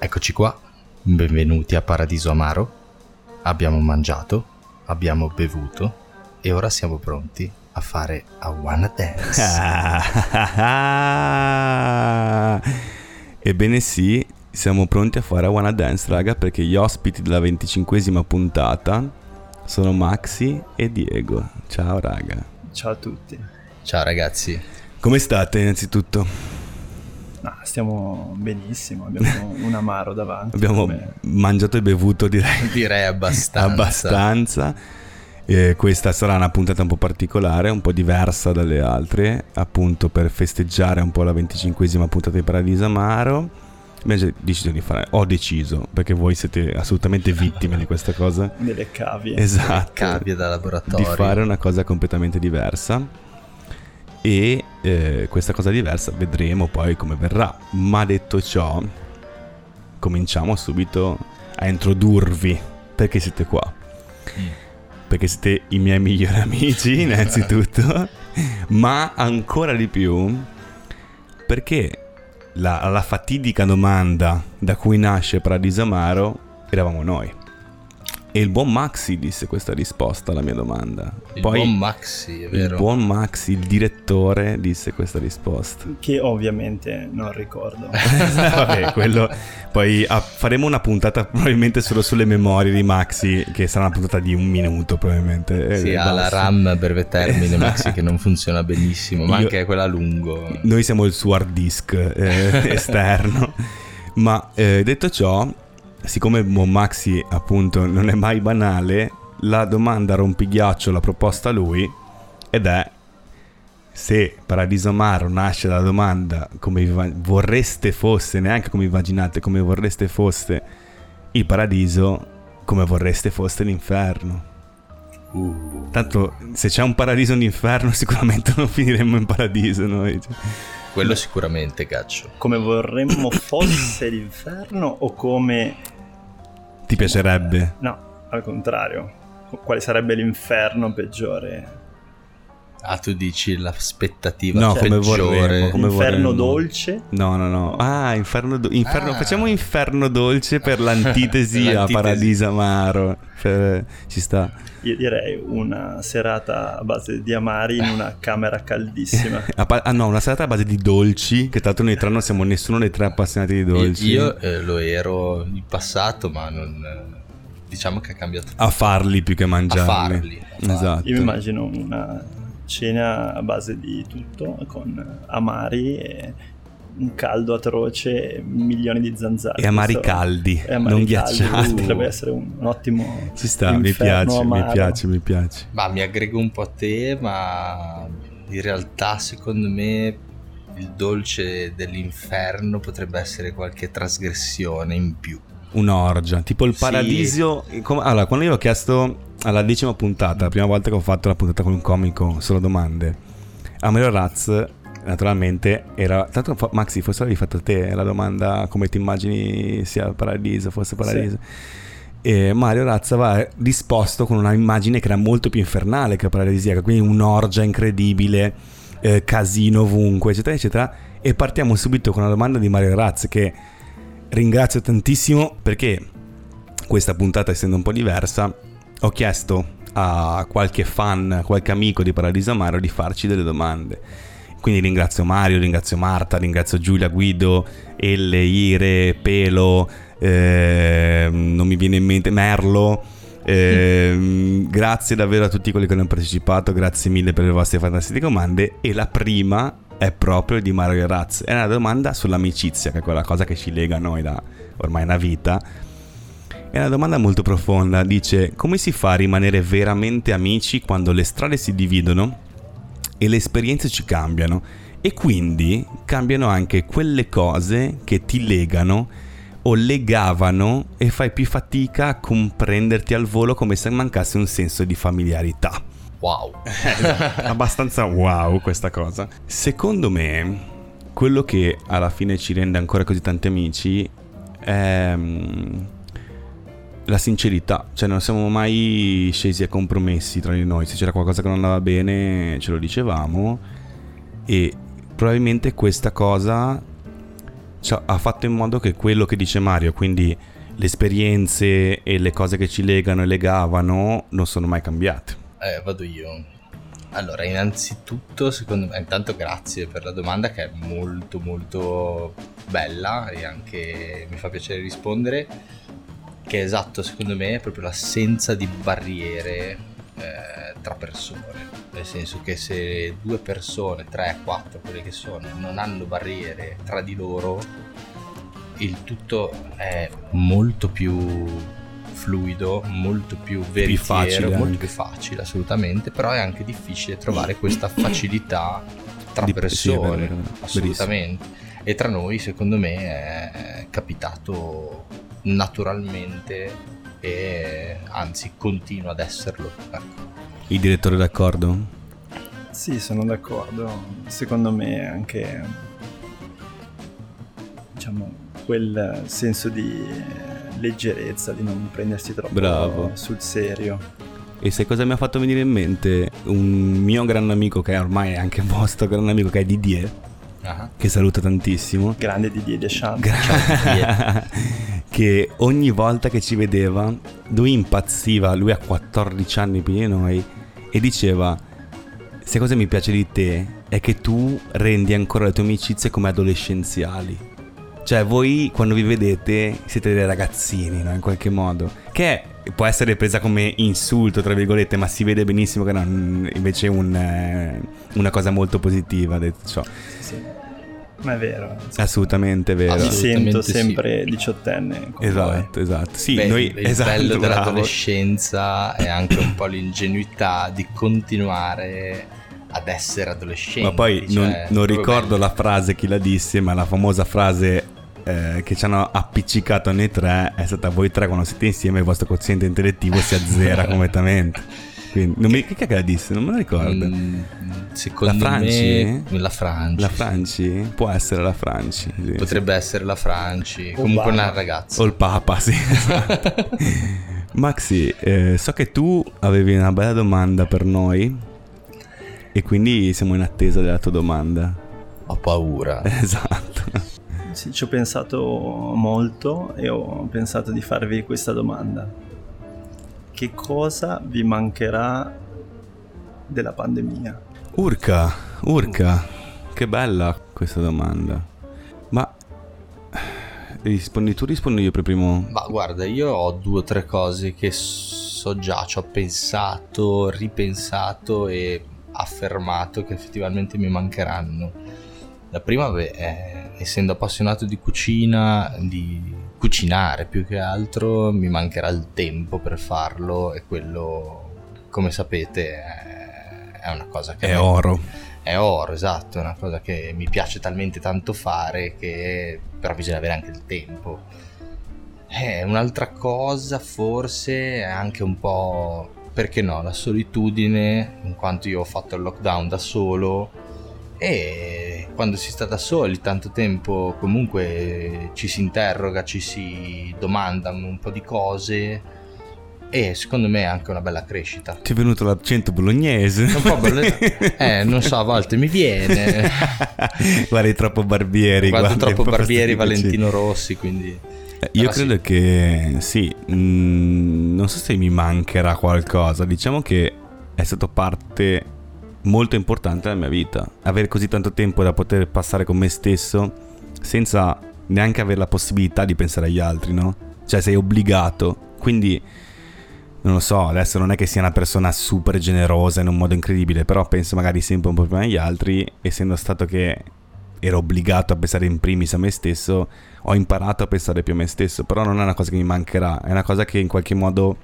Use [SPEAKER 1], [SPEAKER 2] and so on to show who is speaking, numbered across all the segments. [SPEAKER 1] Eccoci qua, benvenuti a Paradiso Amaro. Abbiamo mangiato, abbiamo bevuto e ora siamo pronti a fare a Wanna Dance.
[SPEAKER 2] Ah. Ebbene sì, siamo pronti a fare Wanna Dance, raga, perché gli ospiti della venticinquesima puntata sono Maxi e Diego. Ciao, raga.
[SPEAKER 3] Ciao a tutti.
[SPEAKER 1] Ciao ragazzi,
[SPEAKER 2] Come state innanzitutto?
[SPEAKER 3] Ah, stiamo benissimo, abbiamo un amaro davanti.
[SPEAKER 2] Abbiamo
[SPEAKER 3] come-
[SPEAKER 2] mangiato e bevuto, direi.
[SPEAKER 1] direi abbastanza.
[SPEAKER 2] abbastanza. Eh, questa sarà una puntata un po' particolare, un po' diversa dalle altre, appunto per festeggiare un po' la 25esima puntata di Paradiso Amaro. Abbiamo già deciso di fare, ho deciso, perché voi siete assolutamente vittime di questa cosa.
[SPEAKER 3] delle cavie.
[SPEAKER 2] Esatto.
[SPEAKER 1] Cavie da
[SPEAKER 2] Di
[SPEAKER 1] laboratorio.
[SPEAKER 2] fare una cosa completamente diversa. E eh, questa cosa diversa vedremo poi come verrà. Ma detto ciò, cominciamo subito a introdurvi perché siete qua.
[SPEAKER 1] Mm.
[SPEAKER 2] Perché siete i miei migliori amici, innanzitutto, ma ancora di più perché la, la fatidica domanda da cui nasce Paradiso Amaro eravamo noi. E il buon Maxi disse questa risposta alla mia domanda.
[SPEAKER 1] Il buon Maxi, è
[SPEAKER 2] il
[SPEAKER 1] vero.
[SPEAKER 2] buon Maxi, il direttore, disse questa risposta.
[SPEAKER 3] Che ovviamente non ricordo.
[SPEAKER 2] Vabbè, quello. Poi ah, faremo una puntata probabilmente solo sulle memorie di Maxi, che sarà una puntata di un minuto probabilmente. eh,
[SPEAKER 1] Sì, ha la
[SPEAKER 2] basta.
[SPEAKER 1] RAM a breve termine Maxi che non funziona benissimo, ma
[SPEAKER 2] Io-
[SPEAKER 1] anche quella a lungo.
[SPEAKER 2] Noi siamo il suo hard disk eh, esterno. Ma eh, detto ciò, siccome Buon Maxi appunto non è mai banale, la domanda rompighiaccio l'ha proposta lui ed è se Paradiso Amaro nasce dalla domanda come vi- vorreste fosse, neanche come immaginate, come vorreste fosse il paradiso, come vorreste fosse l'inferno.
[SPEAKER 1] Uh.
[SPEAKER 2] Tanto se c'è un paradiso e un inferno sicuramente non finiremmo in paradiso noi. cioè.
[SPEAKER 1] Quello sicuramente, Gaccio.
[SPEAKER 3] Come vorremmo fosse l'inferno o come...
[SPEAKER 2] Ti piacerebbe?
[SPEAKER 3] No, al contrario. Quale sarebbe l'inferno peggiore?
[SPEAKER 1] Ah, tu dici l'aspettativa
[SPEAKER 2] No, come vorremmo.
[SPEAKER 1] peggiore.
[SPEAKER 2] Come
[SPEAKER 3] Inferno
[SPEAKER 2] vorremmo.
[SPEAKER 3] dolce?
[SPEAKER 2] No, no, no. Ah, inferno, do- inferno-
[SPEAKER 1] Ah.
[SPEAKER 2] facciamo inferno dolce per l'antitesi a
[SPEAKER 1] L'antitesi.
[SPEAKER 2] paradiso amaro. Per- ci sta.
[SPEAKER 3] Io direi una serata a base di amari in una camera caldissima.
[SPEAKER 2] A pa- ah no, una serata a base di dolci, che tra l'altro noi tre non siamo nessuno dei tre appassionati di dolci.
[SPEAKER 1] Io eh, lo ero in passato, ma non. eh, Diciamo che ha cambiato.
[SPEAKER 2] A farli più che a mangiarli.
[SPEAKER 1] farli, a farli.
[SPEAKER 2] Esatto.
[SPEAKER 3] Io mi immagino una cena a base di tutto, con amari, e un caldo atroce e milioni di zanzare.
[SPEAKER 2] E amari
[SPEAKER 3] Questo-
[SPEAKER 2] caldi,
[SPEAKER 3] e amari
[SPEAKER 2] non
[SPEAKER 3] caldi, uh,
[SPEAKER 2] ghiacciati.
[SPEAKER 3] Potrebbe essere un, un ottimo...
[SPEAKER 2] Ci sta, mi
[SPEAKER 3] inferno
[SPEAKER 2] piace, mi
[SPEAKER 3] amaro.
[SPEAKER 2] piace, mi piace.
[SPEAKER 1] Ma mi aggrego un po' a te, ma in realtà secondo me il dolce dell'inferno potrebbe essere qualche trasgressione in più.
[SPEAKER 2] Un'orgia, tipo il
[SPEAKER 1] Sì.
[SPEAKER 2] paradiso. come- allora, quando io ho chiesto alla decima puntata, la prima volta che ho fatto la puntata con un comico, solo domande, a Mario Raz, naturalmente, era. Tanto, fa- Maxi, forse l'avevi fatto te la domanda come ti immagini sia il paradiso, fosse il paradiso. E Mario Razza aveva risposto con una immagine che era molto più infernale che paradisiaca, quindi un'orgia incredibile, eh, casino ovunque, eccetera, eccetera. E partiamo subito con una domanda di Mario Razza che ringrazio tantissimo perché questa puntata essendo un po' diversa ho chiesto a qualche fan, qualche amico di Paradiso Amaro di farci delle domande. Quindi ringrazio Mario, ringrazio Marta, ringrazio Giulia, Guido, Elle, Ire, Pelo, ehm, non mi viene in mente Merlo. ehm, grazie davvero a tutti quelli che hanno partecipato, grazie mille per le vostre fantastiche domande. E la prima è proprio di Mario Razz. È una domanda sull'amicizia, che è quella cosa che ci lega a noi da ormai una vita. È una domanda molto profonda, dice come si fa a rimanere veramente amici quando le strade si dividono e le esperienze ci cambiano e quindi cambiano anche quelle cose che ti legano o legavano e fai più fatica a comprenderti al volo come se mancasse un senso di familiarità
[SPEAKER 1] Wow.
[SPEAKER 2] abbastanza wow questa cosa. Secondo me, quello che alla fine ci rende ancora così tanti amici è mm, la sincerità. Cioè, non siamo mai scesi a compromessi tra di noi. Se c'era qualcosa che non andava bene, ce lo dicevamo. E probabilmente questa cosa cioè, ha fatto in modo che quello che dice Mario, quindi le esperienze e le cose che ci legano e legavano, non sono mai cambiate.
[SPEAKER 1] Eh, vado io. Allora, innanzitutto, secondo me, intanto grazie per la domanda che è molto molto bella e anche mi fa piacere rispondere, che è esatto, secondo me, è proprio l'assenza di barriere eh, tra persone, nel senso che se due persone, tre, quattro, quelle che sono, non hanno barriere tra di loro, il tutto è molto più fluido, molto più veritiero,
[SPEAKER 2] facile
[SPEAKER 1] molto
[SPEAKER 2] anche.
[SPEAKER 1] più facile assolutamente, però è anche difficile trovare questa facilità tra
[SPEAKER 2] Di- sì,
[SPEAKER 1] persone,
[SPEAKER 2] è vero, è vero, verissimo.
[SPEAKER 1] assolutamente. E tra noi, secondo me, è capitato naturalmente e anzi continua ad esserlo. Ecco.
[SPEAKER 2] Il direttore d'accordo?
[SPEAKER 3] Sì, sono d'accordo. Secondo me è anche diciamo quel senso di eh, leggerezza, di non prendersi troppo
[SPEAKER 2] Bravo.
[SPEAKER 3] sul serio.
[SPEAKER 2] E sai cosa mi ha fatto venire in mente? Un mio gran amico, che ormai è anche vostro gran amico, che è Didier,
[SPEAKER 1] Ah,
[SPEAKER 2] che saluto tantissimo.
[SPEAKER 3] Grande Didier Deschamps.
[SPEAKER 2] Gra- che ogni volta che ci vedeva lui impazziva, lui ha 14 anni più di noi e diceva se cosa mi piace di te è che tu rendi ancora le tue amicizie come adolescenziali. Cioè voi quando vi vedete siete dei ragazzini, no? In qualche modo. Che può essere presa come insulto, tra virgolette, ma si vede benissimo che non, invece è un, eh, una cosa molto positiva, detto ciò.
[SPEAKER 3] Sì, sì. Ma è vero.
[SPEAKER 2] È Assolutamente vero.
[SPEAKER 3] Mi
[SPEAKER 1] Assolutamente
[SPEAKER 3] sento
[SPEAKER 1] sì.
[SPEAKER 3] sempre diciottenne. con voi.
[SPEAKER 2] Esatto, esatto. Sì,
[SPEAKER 1] Ecco, eh. Beh,
[SPEAKER 2] noi
[SPEAKER 1] il
[SPEAKER 2] esatto,
[SPEAKER 1] bello
[SPEAKER 2] bravo.
[SPEAKER 1] dell'adolescenza è anche un po' l'ingenuità di continuare ad essere adolescenti.
[SPEAKER 2] Ma poi non,
[SPEAKER 1] cioè,
[SPEAKER 2] non
[SPEAKER 1] proprio
[SPEAKER 2] ricordo
[SPEAKER 1] bello.
[SPEAKER 2] la frase chi la disse, ma la famosa frase eh, che ci hanno appiccicato noi tre è stata voi tre quando siete insieme il vostro quoziente intellettivo si azzera completamente. Quindi, non mi, chi è che la disse? Non me la ricordo.
[SPEAKER 1] Mm, secondo
[SPEAKER 2] La
[SPEAKER 1] me
[SPEAKER 2] Franci?
[SPEAKER 1] la Franci.
[SPEAKER 2] La Franci? Può essere la Franci. sì, sì.
[SPEAKER 1] Potrebbe essere la Franci.
[SPEAKER 3] Obama.
[SPEAKER 1] Comunque una ragazza.
[SPEAKER 2] O il Papa, sì. esatto. Maxi, eh, so che tu avevi una bella domanda per noi e quindi siamo in attesa della tua domanda.
[SPEAKER 1] Ho paura.
[SPEAKER 2] Esatto.
[SPEAKER 3] Sì, ci ho pensato molto e ho pensato di farvi questa domanda. Che cosa vi mancherà della pandemia?
[SPEAKER 2] Urca, urca, che bella questa domanda. Ma rispondi tu, rispondo io per primo.
[SPEAKER 1] Ma guarda, io ho due o tre cose che so già, ci ho pensato, ripensato e affermato che effettivamente mi mancheranno. La prima, beh, è- essendo appassionato di cucina, di cucinare più che altro, mi mancherà il tempo per farlo e quello, come sapete, è, è una cosa che...
[SPEAKER 2] È
[SPEAKER 1] a me-
[SPEAKER 2] oro.
[SPEAKER 1] è oro, esatto, è una cosa che mi piace talmente tanto fare che però bisogna avere anche il tempo. Eh, un'altra cosa forse è anche un po', perché no, la solitudine, in quanto io ho fatto il lockdown da solo e quando si sta da soli tanto tempo comunque ci si interroga, ci si domanda un po' di cose e secondo me è anche una bella crescita.
[SPEAKER 2] Ti è venuto l'accento bolognese.
[SPEAKER 1] Un po' bolognese. Eh, non so, a volte mi viene.
[SPEAKER 2] Guardi troppo barbieri.
[SPEAKER 1] Guardo
[SPEAKER 2] guarda,
[SPEAKER 1] troppo
[SPEAKER 2] è proprio
[SPEAKER 1] Barbieri
[SPEAKER 2] sti cucini.
[SPEAKER 1] Valentino Rossi, quindi
[SPEAKER 2] Eh, Io
[SPEAKER 1] Allora,
[SPEAKER 2] credo che sì, mm, non so se mi mancherà qualcosa, diciamo che è stato parte molto importante della mia vita, avere così tanto tempo da poter passare con me stesso senza neanche avere la possibilità di pensare agli altri, no? Cioè sei obbligato, quindi non lo so, adesso non è che sia una persona super generosa in un modo incredibile, però penso magari sempre un po' prima agli altri, essendo stato che ero obbligato a pensare in primis a me stesso, ho imparato a pensare più a me stesso, però non è una cosa che mi mancherà, è una cosa che in qualche modo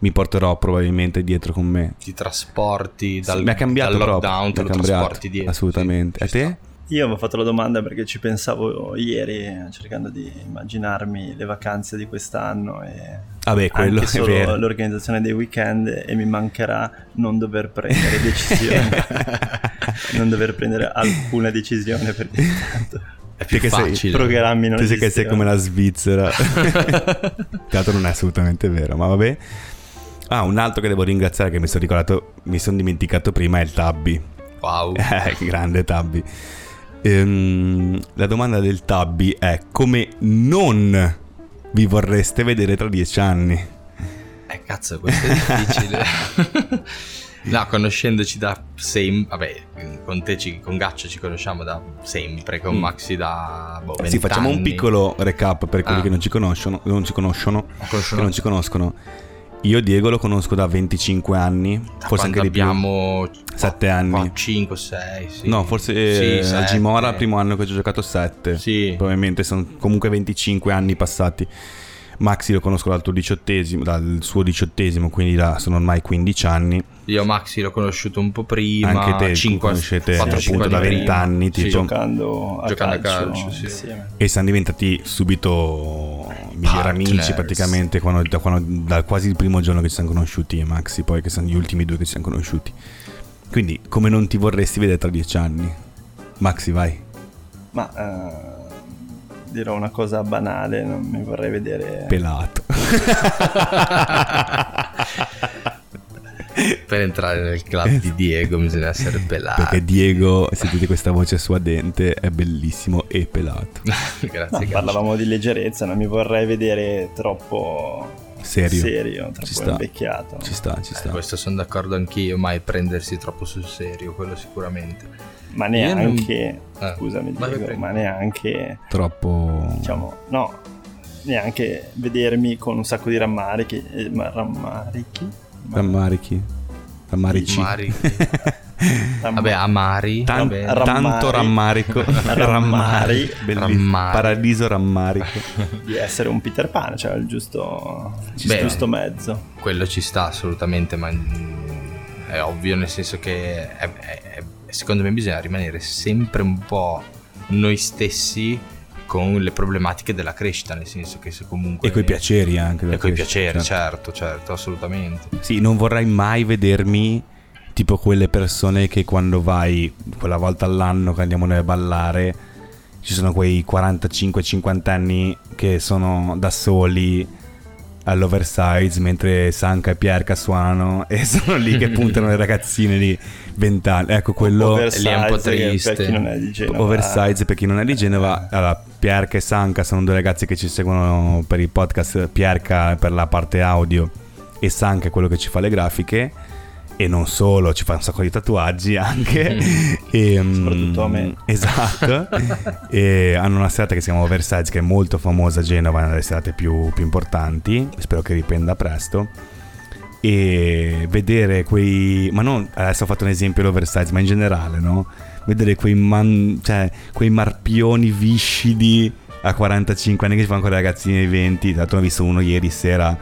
[SPEAKER 2] mi porterò probabilmente dietro con me.
[SPEAKER 1] ti trasporti dal,
[SPEAKER 2] Sì, mi ha cambiato
[SPEAKER 1] dal
[SPEAKER 2] proprio,
[SPEAKER 1] lockdown, te
[SPEAKER 2] mi
[SPEAKER 1] lo
[SPEAKER 2] ha cambiato,
[SPEAKER 1] trasporti dietro.
[SPEAKER 2] Assolutamente.
[SPEAKER 1] sì,
[SPEAKER 2] a
[SPEAKER 1] ci
[SPEAKER 2] te?
[SPEAKER 3] Io avevo fatto la domanda perché ci pensavo ieri eh, cercando di immaginarmi le vacanze di quest'anno e
[SPEAKER 2] Vabbè, Ah, quello
[SPEAKER 3] anche
[SPEAKER 2] è
[SPEAKER 3] solo
[SPEAKER 2] vero.
[SPEAKER 3] l'organizzazione dei weekend e mi mancherà non dover prendere decisioni, non dover prendere alcuna decisione perché tanto
[SPEAKER 1] sta. È più
[SPEAKER 2] Perché sei
[SPEAKER 1] facile.
[SPEAKER 3] programmi non
[SPEAKER 2] Tu sei che sei
[SPEAKER 3] esistono.
[SPEAKER 2] come la Svizzera. Tanto non è assolutamente vero, ma vabbè. Ah, un altro che devo ringraziare che mi sono ricordato, mi sono dimenticato prima è il Tabby.
[SPEAKER 1] Wow.
[SPEAKER 2] Eh, grande Eh, Tabby. Ehm, la domanda del Tabby è come non vi vorreste vedere tra dieci anni?
[SPEAKER 1] Eh, cazzo, questo è difficile. no, conoscendoci da sempre, vabbè, con te, ci- con Gaccio ci conosciamo da sempre, con
[SPEAKER 2] Mm.
[SPEAKER 1] Maxi da boh,
[SPEAKER 2] Sì,
[SPEAKER 1] 20
[SPEAKER 2] facciamo un
[SPEAKER 1] anni.
[SPEAKER 2] piccolo recap per quelli
[SPEAKER 1] Ah.
[SPEAKER 2] che non ci conoscono, non ci conoscono, che
[SPEAKER 1] Conosciamo-
[SPEAKER 2] non ci conoscono. Io Diego lo conosco da 25 anni,
[SPEAKER 1] da
[SPEAKER 2] forse anche
[SPEAKER 1] quando
[SPEAKER 2] di più.
[SPEAKER 1] abbiamo
[SPEAKER 2] Sette anni.
[SPEAKER 1] 5, 6, sì.
[SPEAKER 2] No, forse eh,
[SPEAKER 1] Sì,
[SPEAKER 2] al
[SPEAKER 1] sette.
[SPEAKER 2] Gimora il primo anno che ci ho giocato 7.
[SPEAKER 1] Sì.
[SPEAKER 2] Probabilmente sono comunque 25 anni passati. Maxi lo conosco dal, tuo diciottesimo, dal suo diciottesimo, quindi da- sono ormai 15 anni.
[SPEAKER 1] Io Maxi l'ho conosciuto un po' prima,
[SPEAKER 2] Anche te conoscete appunto da 20 anni,
[SPEAKER 1] Sì.
[SPEAKER 2] tipo.
[SPEAKER 3] giocando a
[SPEAKER 1] Giocando a
[SPEAKER 3] calcio,
[SPEAKER 1] calcio, sì.
[SPEAKER 3] insieme.
[SPEAKER 2] E siamo diventati subito migliori amici
[SPEAKER 1] Partners.
[SPEAKER 2] praticamente quando- da, quando- da quasi il primo giorno che ci siamo conosciuti io e Maxi, poi che sono gli ultimi due che ci siamo conosciuti. Quindi come non ti vorresti vedere tra 10 anni? Maxi, vai.
[SPEAKER 3] Ma eh, dirò una cosa banale, non mi vorrei vedere
[SPEAKER 2] Pelato.
[SPEAKER 1] Per entrare nel club di Diego bisogna essere pelati.
[SPEAKER 2] Perché Diego, sentite questa voce suadente, è bellissimo e pelato.
[SPEAKER 1] Grazie,
[SPEAKER 3] No,
[SPEAKER 1] Gabri.
[SPEAKER 3] parlavamo di leggerezza, non mi vorrei vedere troppo
[SPEAKER 2] Serio.
[SPEAKER 3] troppo
[SPEAKER 2] Ci sta.
[SPEAKER 3] invecchiato.
[SPEAKER 2] Ci sta, ci
[SPEAKER 1] Eh,
[SPEAKER 2] sta.
[SPEAKER 1] questo sono d'accordo anch'io, mai prendersi troppo sul serio, quello sicuramente.
[SPEAKER 3] Ma
[SPEAKER 1] Io non-
[SPEAKER 3] neanche,
[SPEAKER 1] Eh,
[SPEAKER 3] scusami
[SPEAKER 1] vai,
[SPEAKER 3] Diego,
[SPEAKER 1] vai, prego.
[SPEAKER 3] ma neanche,
[SPEAKER 2] Troppo...
[SPEAKER 3] diciamo, no, neanche vedermi con un sacco di rammarichi, eh, ma- rammarichi? Ma-
[SPEAKER 2] Rammarichi. Rammarici.
[SPEAKER 1] Mari.
[SPEAKER 3] ramm-
[SPEAKER 1] Vabbè, ah. amari. va
[SPEAKER 2] Tan-
[SPEAKER 1] bene.
[SPEAKER 3] Rammari.
[SPEAKER 2] Tanto rammarico.
[SPEAKER 3] Rammari.
[SPEAKER 2] Bellissimo.
[SPEAKER 1] Rammari.
[SPEAKER 2] Paradiso rammarico.
[SPEAKER 3] di essere un Peter Pan, cioè il giusto,
[SPEAKER 1] Ci
[SPEAKER 3] il
[SPEAKER 1] sta.
[SPEAKER 3] giusto mezzo.
[SPEAKER 1] Quello ci sta assolutamente, ma mm, è ovvio nel senso che è- è- è- secondo me bisogna rimanere sempre un po' noi stessi con le problematiche della crescita, nel senso che se comunque...
[SPEAKER 2] E coi piaceri anche.
[SPEAKER 1] E
[SPEAKER 2] della
[SPEAKER 1] coi
[SPEAKER 2] crescita,
[SPEAKER 1] piaceri, certo,
[SPEAKER 2] certo.
[SPEAKER 1] certo, assolutamente.
[SPEAKER 2] Sì, non vorrei mai vedermi tipo quelle persone che quando vai quella volta all'anno che andiamo noi a ballare ci sono quei 45-50 anni che sono da soli all'oversize mentre Sanca e Pierca suonano e sono lì che puntano le ragazzine di 20 anni. Ecco quello
[SPEAKER 1] lì è un po'
[SPEAKER 3] Oversize, che
[SPEAKER 1] triste.
[SPEAKER 3] Per chi non è di Genova. Eh.
[SPEAKER 2] Oversize per chi non è di Genova, allora, Pierca e Sanca sono due ragazzi che ci seguono per il podcast, Pierca per la parte audio e Sanca è quello che ci fa le grafiche e non solo, ci fa un sacco di tatuaggi anche. E, mm,
[SPEAKER 3] Soprattutto a me.
[SPEAKER 2] Esatto. e hanno una serata che si chiama Oversize che è molto famosa a Genova, è una delle serate più, più importanti, spero che riprenda presto. E vedere quei... ma non... adesso ho fatto un esempio l'oversize, ma in generale, no? vedere quei, man- cioè, quei marpioni viscidi a 45 anni che ci fanno ancora i ragazzini di 20. Tanto ne ho visto uno ieri sera,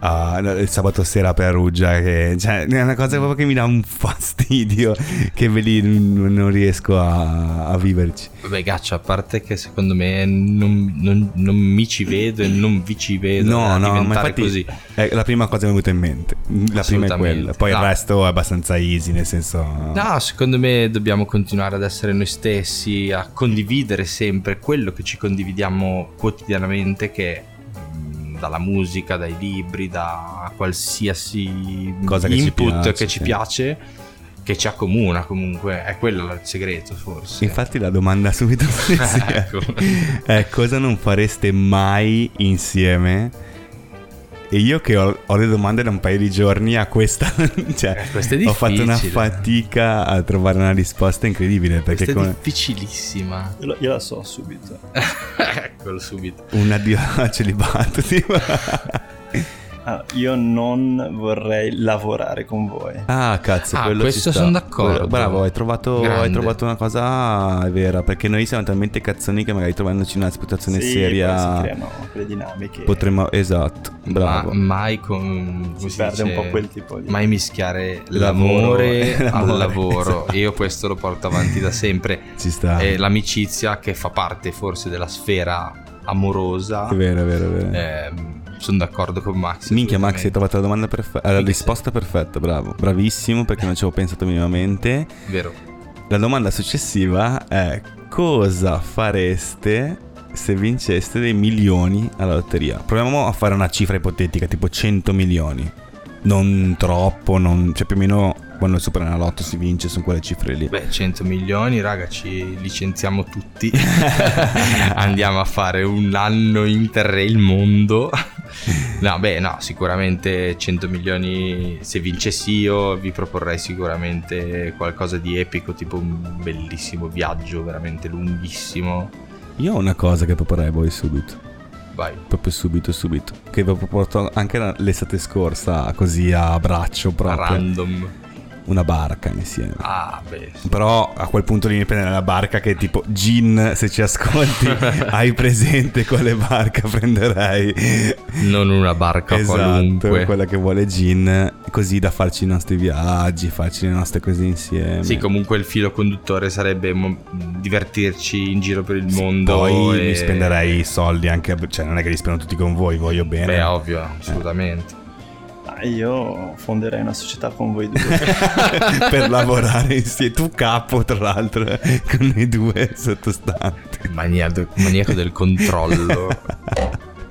[SPEAKER 2] ah, il sabato sera a Perugia. Che, cioè, è una cosa proprio che mi dà un fastidio che ve li- non riesco a, a viverci.
[SPEAKER 1] Vabbè, Gaccia, a parte che secondo me non, non- non mi ci vedo e non vi ci vedo
[SPEAKER 2] No,
[SPEAKER 1] a
[SPEAKER 2] no, ma
[SPEAKER 1] diventare
[SPEAKER 2] infatti-
[SPEAKER 1] così.
[SPEAKER 2] È Eh, la prima cosa che mi è venuta in mente. La prima è
[SPEAKER 1] Assolutamente.
[SPEAKER 2] quella. Poi il
[SPEAKER 1] No.
[SPEAKER 2] resto è abbastanza easy, nel senso...
[SPEAKER 1] No, secondo me dobbiamo continuare ad essere noi stessi, a condividere sempre quello che ci condividiamo quotidianamente, che mm, dalla musica, dai libri, da qualsiasi
[SPEAKER 2] Cosa che ci
[SPEAKER 1] input
[SPEAKER 2] piace,
[SPEAKER 1] che ci
[SPEAKER 2] sì.
[SPEAKER 1] piace, che ci accomuna comunque. È quello il segreto, forse.
[SPEAKER 2] Infatti la domanda subito
[SPEAKER 1] Ecco.
[SPEAKER 2] è cosa non fareste mai insieme? E io che ho, ho le domande da un paio di giorni a questa, cioè,
[SPEAKER 1] Eh, questa è
[SPEAKER 2] ho fatto una
[SPEAKER 1] difficile.
[SPEAKER 2] fatica a trovare una risposta incredibile perché
[SPEAKER 1] Questa è
[SPEAKER 2] con
[SPEAKER 1] difficilissima.
[SPEAKER 3] Io, lo- io la so subito.
[SPEAKER 1] Eccolo Ecco, subito.
[SPEAKER 2] un addio a celibato, tipo.
[SPEAKER 3] Allora, Ah, io non vorrei lavorare con voi.
[SPEAKER 2] Ah, cazzo,
[SPEAKER 1] Ah,
[SPEAKER 2] quello ci
[SPEAKER 1] questo
[SPEAKER 2] sta.
[SPEAKER 1] sono d'accordo.
[SPEAKER 2] Quello- Bravo, hai trovato, hai
[SPEAKER 1] Grande.
[SPEAKER 2] trovato una cosa ah, è vera, perché noi siamo talmente cazzoni che magari trovandoci una disputazione
[SPEAKER 3] Sì, poi si
[SPEAKER 2] seria
[SPEAKER 3] creano quelle dinamiche.
[SPEAKER 2] potremmo esatto, bravo.
[SPEAKER 1] Ma mm, mai con... come
[SPEAKER 3] si
[SPEAKER 1] si
[SPEAKER 3] perde un
[SPEAKER 1] dice?
[SPEAKER 3] po' quel tipo di...
[SPEAKER 1] mai mischiare
[SPEAKER 2] Lavoro
[SPEAKER 1] l'amore
[SPEAKER 2] e
[SPEAKER 1] al
[SPEAKER 2] l'amore,
[SPEAKER 1] lavoro.
[SPEAKER 2] esatto. Ah.
[SPEAKER 1] Io questo lo porto avanti da sempre.
[SPEAKER 2] Ci sta.
[SPEAKER 1] E l'amicizia che fa parte forse della sfera amorosa.
[SPEAKER 2] È vero, è vero, è vero.
[SPEAKER 1] sono d'accordo con Max.
[SPEAKER 2] Minchia Max, hai
[SPEAKER 1] Eh, assolutamente.
[SPEAKER 2] trovato la domanda perfetta, la
[SPEAKER 1] Minchia,
[SPEAKER 2] risposta perfetta, bravo, bravissimo perché non ci avevo pensato minimamente.
[SPEAKER 1] Vero.
[SPEAKER 2] La domanda successiva è cosa fareste se vinceste dei milioni alla lotteria? Proviamo a fare una cifra ipotetica, tipo 100 milioni. Non troppo, non, cioè più o meno quando il Super Enalotto si vince, sono quelle cifre lì.
[SPEAKER 1] Beh, 100 milioni, raga, ci licenziamo tutti. Andiamo a fare un anno interrail mondo. no, beh, no, sicuramente 100 milioni. Se vincessi io, vi proporrei sicuramente qualcosa di epico, tipo un bellissimo viaggio veramente lunghissimo.
[SPEAKER 2] Io ho una cosa che proporrei a voi subito.
[SPEAKER 1] Vai.
[SPEAKER 2] Proprio subito, subito. Che vi ho proposto anche la- l'estate scorsa, così a braccio proprio.
[SPEAKER 1] Random.
[SPEAKER 2] Una barca insieme.
[SPEAKER 1] Ah, beh. sì.
[SPEAKER 2] Però a quel punto lì dipende dalla barca che tipo Gin, se ci ascolti, hai presente quale barca prenderai.
[SPEAKER 1] Non una barca
[SPEAKER 2] Esatto,
[SPEAKER 1] qualunque.
[SPEAKER 2] quella che vuole Gin, così da farci i nostri viaggi, farci le nostre cose insieme.
[SPEAKER 1] Sì, comunque il filo conduttore sarebbe mo- divertirci in giro per il
[SPEAKER 2] Sì,
[SPEAKER 1] mondo.
[SPEAKER 2] Poi mi
[SPEAKER 1] e-
[SPEAKER 2] spenderei i soldi anche, a- cioè non è che li spendo tutti con voi, voglio bene. Eh.
[SPEAKER 1] Beh, ovvio, assolutamente.
[SPEAKER 3] Ah, io fonderei una società con voi due.
[SPEAKER 2] per lavorare insieme. Tu capo, tra l'altro, eh, con i due sottostanti.
[SPEAKER 1] Maniaco, maniaco del controllo.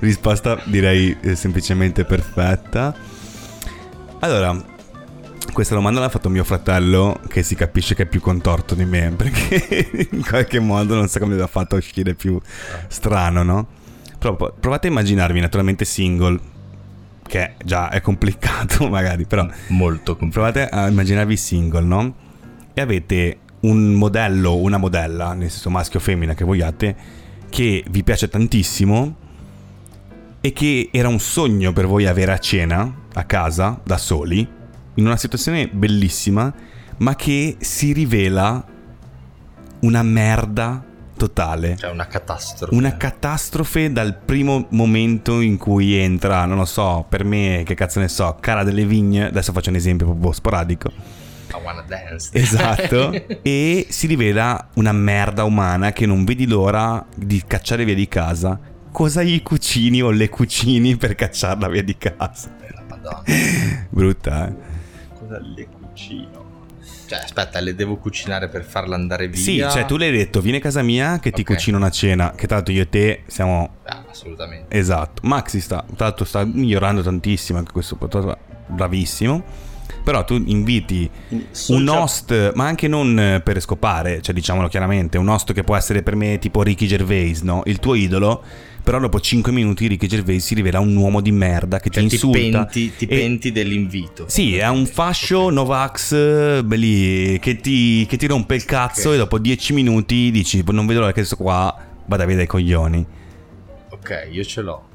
[SPEAKER 2] Risposta direi eh, semplicemente perfetta. Allora, questa domanda l'ha fatto mio fratello, che si capisce che è più contorto di me, perché in qualche modo non so come l'ha fatto uscire più strano, no? Però po- provate a immaginarvi, naturalmente single, che già è complicato magari, però
[SPEAKER 1] Molto complicato.
[SPEAKER 2] Provate a immaginarvi single, no? E avete un modello, una modella, nel senso maschio o femmina che vogliate, che vi piace tantissimo e che era un sogno per voi avere a cena, a casa, da soli, in una situazione bellissima, ma che si rivela una merda totale.
[SPEAKER 1] Cioè, una catastrofe.
[SPEAKER 2] Una catastrofe dal primo momento in cui entra, non lo so, per me, che cazzo ne so, Cara delle Vigne, adesso faccio un esempio proprio sporadico.
[SPEAKER 1] I wanna dance.
[SPEAKER 2] Esatto. e si rivela una merda umana che non vedi l'ora di cacciare via di casa. Cosa gli cucini o le cucini per cacciarla via di casa?
[SPEAKER 1] La Madonna.
[SPEAKER 2] Brutta, eh?
[SPEAKER 3] Cosa le cucino?
[SPEAKER 1] Cioè, aspetta, le devo cucinare per farla andare
[SPEAKER 2] Sì,
[SPEAKER 1] via.
[SPEAKER 2] cioè tu le hai detto, vieni a casa mia che ti
[SPEAKER 1] Ok.
[SPEAKER 2] cucino una cena, che tra l'altro io e te siamo
[SPEAKER 1] Ah, assolutamente.
[SPEAKER 2] Esatto, Maxi sta, tra l'altro sta migliorando tantissimo anche questo prodotto, bravissimo. Però tu inviti
[SPEAKER 3] Quindi, so
[SPEAKER 2] un
[SPEAKER 3] già-
[SPEAKER 2] host, ma anche non eh, per scopare, cioè diciamolo chiaramente, un host che può essere per me tipo Ricky Gervais, no? Il tuo idolo, però dopo 5 minuti Ricky Gervais si rivela un uomo di merda che
[SPEAKER 1] Cioè,
[SPEAKER 2] ti
[SPEAKER 1] ti
[SPEAKER 2] insulta.
[SPEAKER 1] penti, ti
[SPEAKER 2] E-
[SPEAKER 1] penti dell'invito.
[SPEAKER 2] Sì, è un fascio Novax eh, beh, lì, che, ti, che ti rompe il cazzo
[SPEAKER 1] Ok.
[SPEAKER 2] e dopo 10 minuti dici non vedo l'ora che sto qua, vada via dai coglioni.
[SPEAKER 1] Ok, io ce l'ho.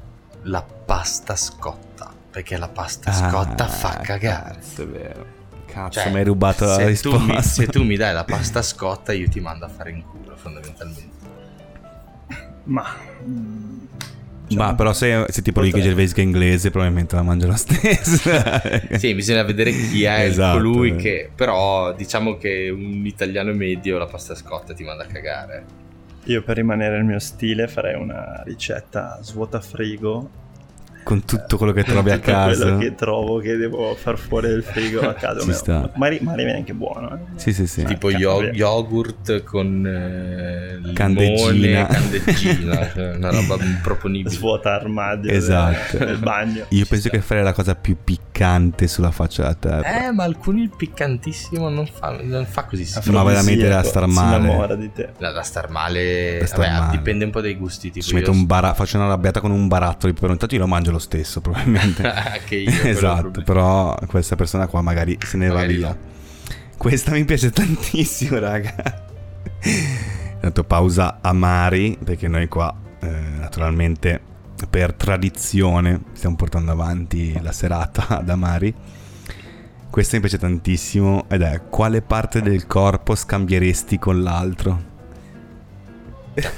[SPEAKER 1] La pasta scotta. Perché la pasta
[SPEAKER 2] Ah,
[SPEAKER 1] scotta fa cagare.
[SPEAKER 2] Cazzo, è vero. Cazzo,
[SPEAKER 1] Cioè,
[SPEAKER 2] mi hai rubato la
[SPEAKER 1] se tu mi-
[SPEAKER 2] risposta.
[SPEAKER 1] se tu mi dai la pasta scotta, io ti mando a fare in culo, fondamentalmente.
[SPEAKER 3] Ma... mm,
[SPEAKER 2] Ma
[SPEAKER 3] diciamo-
[SPEAKER 2] però se, se tipo Ricky
[SPEAKER 3] Potrei.
[SPEAKER 2] Gervais che è inglese, probabilmente la mangia la stessa.
[SPEAKER 1] Sì, bisogna vedere chi è il-
[SPEAKER 2] Esatto.
[SPEAKER 1] colui che. Però diciamo che un italiano medio la pasta scotta ti manda a cagare.
[SPEAKER 3] Io per rimanere nel mio stile farei una ricetta svuota frigo.
[SPEAKER 2] Con tutto quello che trovi a
[SPEAKER 3] Tutto
[SPEAKER 2] casa.
[SPEAKER 3] quello che trovo che devo far fuori del frigo a casa.
[SPEAKER 2] Ci
[SPEAKER 3] Ma-
[SPEAKER 2] sta.
[SPEAKER 3] Ma, ri- ma rimane anche buono. eh.
[SPEAKER 2] Sì, sì, sì.
[SPEAKER 3] Sì.
[SPEAKER 1] Tipo
[SPEAKER 3] cavolo.
[SPEAKER 1] yo- yogurt con eh,
[SPEAKER 2] Candeggina.
[SPEAKER 1] limone, candeggina, cioè, una roba improponibile.
[SPEAKER 3] Svuota armadio del-
[SPEAKER 2] Esatto.
[SPEAKER 3] del bagno.
[SPEAKER 2] Io penso che farei la cosa più piccante sulla faccia della terra.
[SPEAKER 1] eh, ma alcuni il piccantissimo non fa, non fa così. schifo.
[SPEAKER 2] Ma veramente da star
[SPEAKER 3] Afrodisiaco,
[SPEAKER 2] male.
[SPEAKER 3] Si innamora di te.
[SPEAKER 1] Da, da star male,
[SPEAKER 2] Da star
[SPEAKER 1] vabbè,
[SPEAKER 2] male.
[SPEAKER 1] dipende un po' dai gusti. Tipo
[SPEAKER 2] Ci metto
[SPEAKER 1] io-
[SPEAKER 2] un bara- faccio una arrabbiata con un barattolo di peperoncino. Tanto io lo mangio lo stesso, probabilmente.
[SPEAKER 1] Anche io. quello è il
[SPEAKER 2] esatto,
[SPEAKER 1] problema.
[SPEAKER 2] però questa persona qua magari se ne
[SPEAKER 1] Magari
[SPEAKER 2] va via.
[SPEAKER 1] no.
[SPEAKER 2] Questa mi piace tantissimo, raga. Tanto pausa amari, perché noi qua, eh, naturalmente, per tradizione, stiamo portando avanti la serata ad amari. Questa mi piace tantissimo ed è quale parte del corpo scambieresti con l'altro?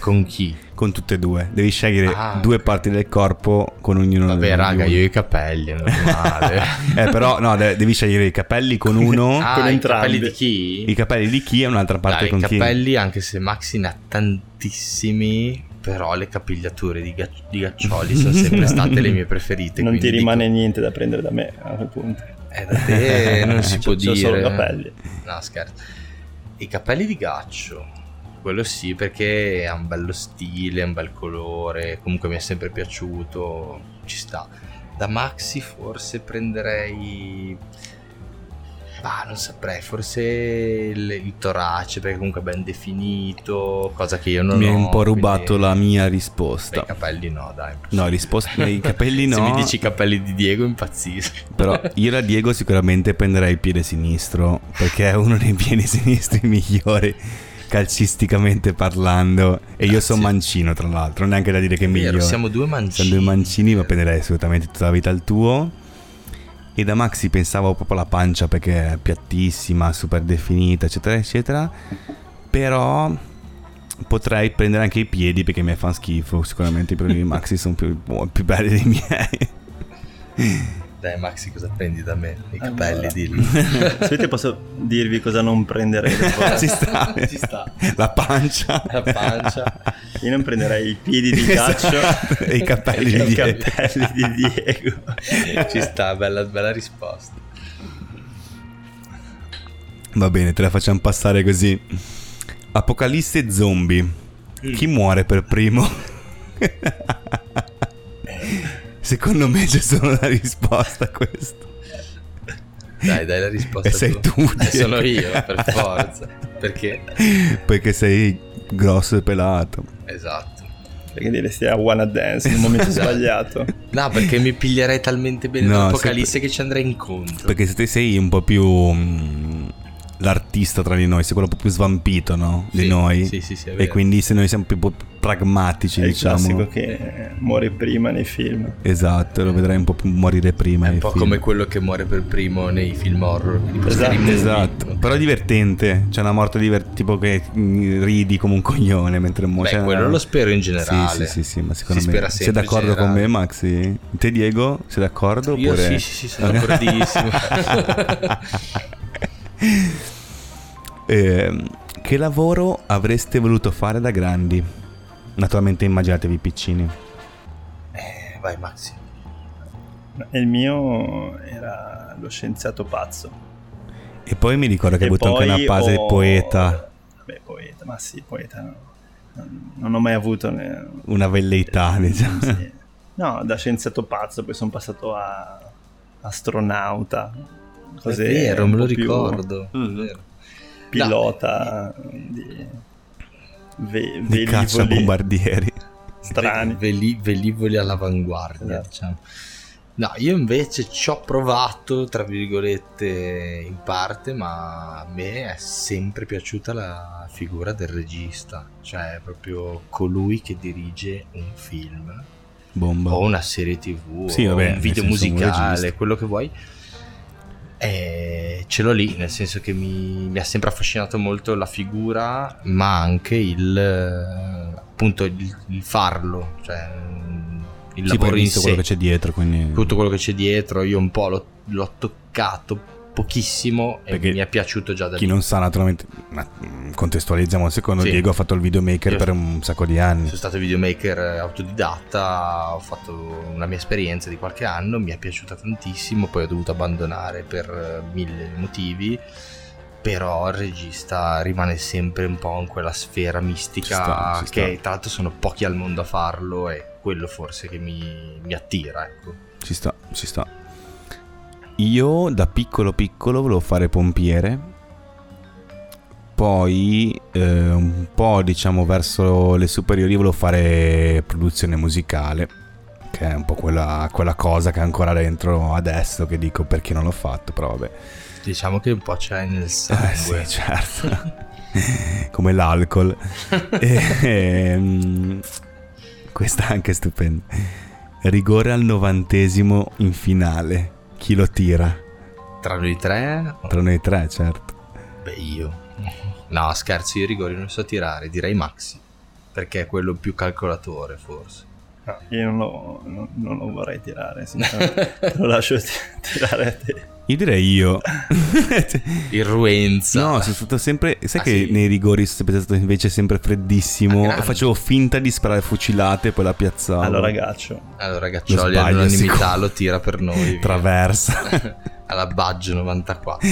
[SPEAKER 1] Con chi?
[SPEAKER 2] Con tutte e due. Devi scegliere
[SPEAKER 1] Ah.
[SPEAKER 2] due parti del corpo con ognuno.
[SPEAKER 1] Vabbè,
[SPEAKER 2] delle-
[SPEAKER 1] raga,
[SPEAKER 2] di uno.
[SPEAKER 1] io i capelli, è normale.
[SPEAKER 2] eh, però no, de- devi scegliere i capelli con uno,
[SPEAKER 1] ah,
[SPEAKER 3] Con
[SPEAKER 1] i
[SPEAKER 3] entrambi.
[SPEAKER 1] capelli di chi?
[SPEAKER 2] i capelli di chi e un'altra parte
[SPEAKER 1] Dai,
[SPEAKER 2] con
[SPEAKER 1] i
[SPEAKER 2] chi.
[SPEAKER 1] capelli, anche se Maxi ne ha tantissimi, però le capigliature di, Ga- di Gaccioli sono sempre state le mie preferite.
[SPEAKER 3] Non ti
[SPEAKER 1] quindi
[SPEAKER 3] rimane niente da prendere da me a quel punto.
[SPEAKER 1] dico, eh, da te non si
[SPEAKER 3] C'ho-
[SPEAKER 1] può
[SPEAKER 3] c'ho
[SPEAKER 1] dire.
[SPEAKER 3] solo capelli.
[SPEAKER 1] No, scherzo. I capelli di Gaccio. Quello sì, perché ha un bello stile, un bel colore, comunque mi è sempre piaciuto, ci sta. Da Maxi forse prenderei... Bah, non saprei, forse il, il torace, perché comunque è ben definito, cosa che io non
[SPEAKER 2] Mi
[SPEAKER 1] ho.
[SPEAKER 2] hai un po' rubato
[SPEAKER 1] quindi-
[SPEAKER 2] la mia
[SPEAKER 1] Beh, I
[SPEAKER 2] risposta.
[SPEAKER 1] capelli no, dai. impossibile.
[SPEAKER 2] No, risposta i capelli no.
[SPEAKER 1] Se mi dici i capelli di Diego impazzisco.
[SPEAKER 2] Però io da Diego sicuramente prenderei il piede sinistro, perché è uno dei piedi sinistri migliori calcisticamente parlando. E io sono
[SPEAKER 1] Grazie.
[SPEAKER 2] mancino, tra l'altro, non è neanche da dire che è
[SPEAKER 1] Ah, Vero,
[SPEAKER 2] migliore.
[SPEAKER 1] siamo due mancini.
[SPEAKER 2] Sono due mancini, ma prenderei assolutamente tutta la vita il tuo. E da Maxi pensavo proprio alla pancia perché è piattissima, super definita, eccetera, eccetera. Però potrei prendere anche i piedi perché i miei fanno schifo. Sicuramente i piedi di Maxi sono più, buo- più belli dei miei.
[SPEAKER 1] Dai, Maxi, cosa prendi da me? I
[SPEAKER 3] Allora.
[SPEAKER 1] capelli, dillo.
[SPEAKER 3] Sapete, posso dirvi cosa non prenderei?
[SPEAKER 2] Ci sta.
[SPEAKER 1] Ci sta.
[SPEAKER 2] La pancia.
[SPEAKER 1] La pancia.
[SPEAKER 3] Io non prenderei i piedi di ghiaccio
[SPEAKER 2] Esatto, e i capelli
[SPEAKER 3] e
[SPEAKER 2] di
[SPEAKER 3] i
[SPEAKER 2] Diego.
[SPEAKER 3] capelli di Diego.
[SPEAKER 1] Ci sta, bella, bella risposta.
[SPEAKER 2] Va bene, te la facciamo passare così. Apocalisse zombie. Chi muore per primo? Secondo me c'è solo una risposta a questo.
[SPEAKER 1] Dai, dai la risposta.
[SPEAKER 2] E sei tu,
[SPEAKER 1] Eh,
[SPEAKER 2] Diego.
[SPEAKER 1] sono io, per forza. Perché?
[SPEAKER 2] Perché sei grosso e pelato.
[SPEAKER 1] Esatto.
[SPEAKER 3] Perché diresti a Wanna Dance nel momento
[SPEAKER 1] Esatto.
[SPEAKER 3] sbagliato.
[SPEAKER 1] No, perché mi piglierei talmente bene
[SPEAKER 2] No,
[SPEAKER 1] l'Apocalisse
[SPEAKER 2] sempre-
[SPEAKER 1] che ci andrei incontro.
[SPEAKER 2] Perché se te sei un po' più mm, l'artista tra di noi, sei quello un po' più svampito, no? Di
[SPEAKER 1] Sì,
[SPEAKER 2] noi.
[SPEAKER 1] sì, sì, sì, è
[SPEAKER 2] e
[SPEAKER 1] vero.
[SPEAKER 2] quindi se noi siamo più po- pragmatici,
[SPEAKER 3] È il
[SPEAKER 2] diciamo.
[SPEAKER 3] classico che muore prima nei film.
[SPEAKER 2] Esatto, lo vedrai un po' più morire prima.
[SPEAKER 1] È un
[SPEAKER 2] nei
[SPEAKER 1] po'
[SPEAKER 2] film.
[SPEAKER 1] come quello che muore per primo nei film horror. quindi proprio
[SPEAKER 3] Esatto,
[SPEAKER 1] per i muri.
[SPEAKER 2] Esatto, però è divertente. C'è una morte divertente, tipo che mm, ridi come un coglione mentre muori.
[SPEAKER 1] Beh,
[SPEAKER 2] Cioè,
[SPEAKER 1] quello lo spero in generale.
[SPEAKER 2] Sì, sì, sì, sì, ma secondo
[SPEAKER 1] Si
[SPEAKER 2] me
[SPEAKER 1] spera
[SPEAKER 2] sei
[SPEAKER 1] sempre in
[SPEAKER 2] d'accordo con
[SPEAKER 1] generale.
[SPEAKER 2] me, Maxi? Te Diego, sei d'accordo
[SPEAKER 1] Io sì,
[SPEAKER 2] oppure
[SPEAKER 1] sì, sì, sono d'accordissimo.
[SPEAKER 2] Ehm, che lavoro avreste voluto fare da grandi? Naturalmente immaginatevi piccini.
[SPEAKER 1] Eh, vai, Maxi.
[SPEAKER 3] E il mio era lo scienziato pazzo.
[SPEAKER 2] E poi mi ricordo che hai
[SPEAKER 3] E
[SPEAKER 2] avuto anche
[SPEAKER 3] poi
[SPEAKER 2] una
[SPEAKER 1] oh.
[SPEAKER 2] fase
[SPEAKER 3] ho-
[SPEAKER 2] di poeta,
[SPEAKER 3] Vabbè, poeta, ma sì, poeta. no. Non, non ho mai avuto... Ne...
[SPEAKER 2] una velleità, diciamo.
[SPEAKER 3] Sì. No, da scienziato pazzo poi sono passato a astronauta. Cos'è?
[SPEAKER 1] è vero,
[SPEAKER 3] Un
[SPEAKER 1] me lo
[SPEAKER 3] po' più Mm,
[SPEAKER 1] ricordo. è vero.
[SPEAKER 3] Pilota di... ve-
[SPEAKER 2] Di caccia
[SPEAKER 3] velivoli
[SPEAKER 2] bombardieri.
[SPEAKER 3] strani.
[SPEAKER 1] eh, Ve- veli- velivoli all'avanguardia,
[SPEAKER 3] Esatto.
[SPEAKER 1] diciamo. No, io invece ci ho provato, tra virgolette, in parte, ma a me è sempre piaciuta la figura del regista, cioè proprio colui che dirige un film
[SPEAKER 2] Bomba.
[SPEAKER 1] o una serie tv
[SPEAKER 2] Boh. Sì,
[SPEAKER 1] o
[SPEAKER 2] vabbè,
[SPEAKER 1] un
[SPEAKER 2] nel
[SPEAKER 1] video
[SPEAKER 2] senso, un
[SPEAKER 1] musicale
[SPEAKER 2] regista.
[SPEAKER 1] quello che vuoi e ce l'ho lì nel senso che mi, mi ha sempre affascinato molto la figura ma anche il eh, appunto il, il farlo cioè mm, il
[SPEAKER 2] Sì, poi
[SPEAKER 1] lavoro
[SPEAKER 2] hai
[SPEAKER 1] in
[SPEAKER 2] visto
[SPEAKER 1] sé
[SPEAKER 2] quello che c'è dietro, quindi...
[SPEAKER 1] tutto quello che c'è dietro io un po' l'ho, l'ho toccato pochissimo
[SPEAKER 2] Perché
[SPEAKER 1] e mi è piaciuto già da
[SPEAKER 2] Chi
[SPEAKER 1] lì.
[SPEAKER 2] non sa, naturalmente, ma, mm, contestualizziamo. Secondo
[SPEAKER 1] Sì.
[SPEAKER 2] Diego ha fatto il videomaker
[SPEAKER 1] Io-
[SPEAKER 2] per un sacco di anni.
[SPEAKER 1] Sono stato videomaker autodidatta, ho fatto una mia esperienza di qualche anno, mi è piaciuta tantissimo, poi ho dovuto abbandonare per eh, mille motivi, però il regista rimane sempre un po' in quella sfera mistica
[SPEAKER 2] Ci sta, ci
[SPEAKER 1] che
[SPEAKER 2] sta.
[SPEAKER 1] tra l'altro sono pochi al mondo a farlo e quello forse che mi, mi attira, ecco.
[SPEAKER 2] Ci sta, ci sta. Io da piccolo piccolo volevo fare pompiere. Poi eh, un po' diciamo verso le superiori volevo fare produzione musicale, che è un po' quella, quella cosa che è ancora dentro adesso che dico perché non l'ho fatto, però vabbè.
[SPEAKER 1] Diciamo che un po' c'è nel sangue.
[SPEAKER 2] Eh, sì, certo. Come l'alcol. E, ehm, questa è anche stupenda. Rigore al novantesimo in finale. Chi lo tira?
[SPEAKER 1] Tra noi tre,
[SPEAKER 2] Tra noi tre, certo.
[SPEAKER 1] beh io. No, scherzo, io i rigori non so tirare, direi Maxi, perché è quello più calcolatore forse.
[SPEAKER 3] No, io non lo, non- non lo vorrei tirare, sinceramente. Te lo lascio ti- tirare a te.
[SPEAKER 2] Io direi io.
[SPEAKER 1] Irruenza.
[SPEAKER 2] no, sono stato sempre... Sai
[SPEAKER 1] Ah,
[SPEAKER 2] che
[SPEAKER 1] sì?
[SPEAKER 2] nei rigori sono sempre stato invece sempre
[SPEAKER 1] Ah,
[SPEAKER 2] freddissimo.
[SPEAKER 1] grande.
[SPEAKER 2] facevo finta di sparare fucilate e poi la piazzavo.
[SPEAKER 3] Allora, gaccio.
[SPEAKER 1] Allora
[SPEAKER 2] Lo
[SPEAKER 1] Gaccioli
[SPEAKER 2] sbaglio,
[SPEAKER 1] all'unanimità
[SPEAKER 2] sicuro.
[SPEAKER 1] lo tira per noi. Alla
[SPEAKER 2] Traversa.
[SPEAKER 1] All'abbaggio 94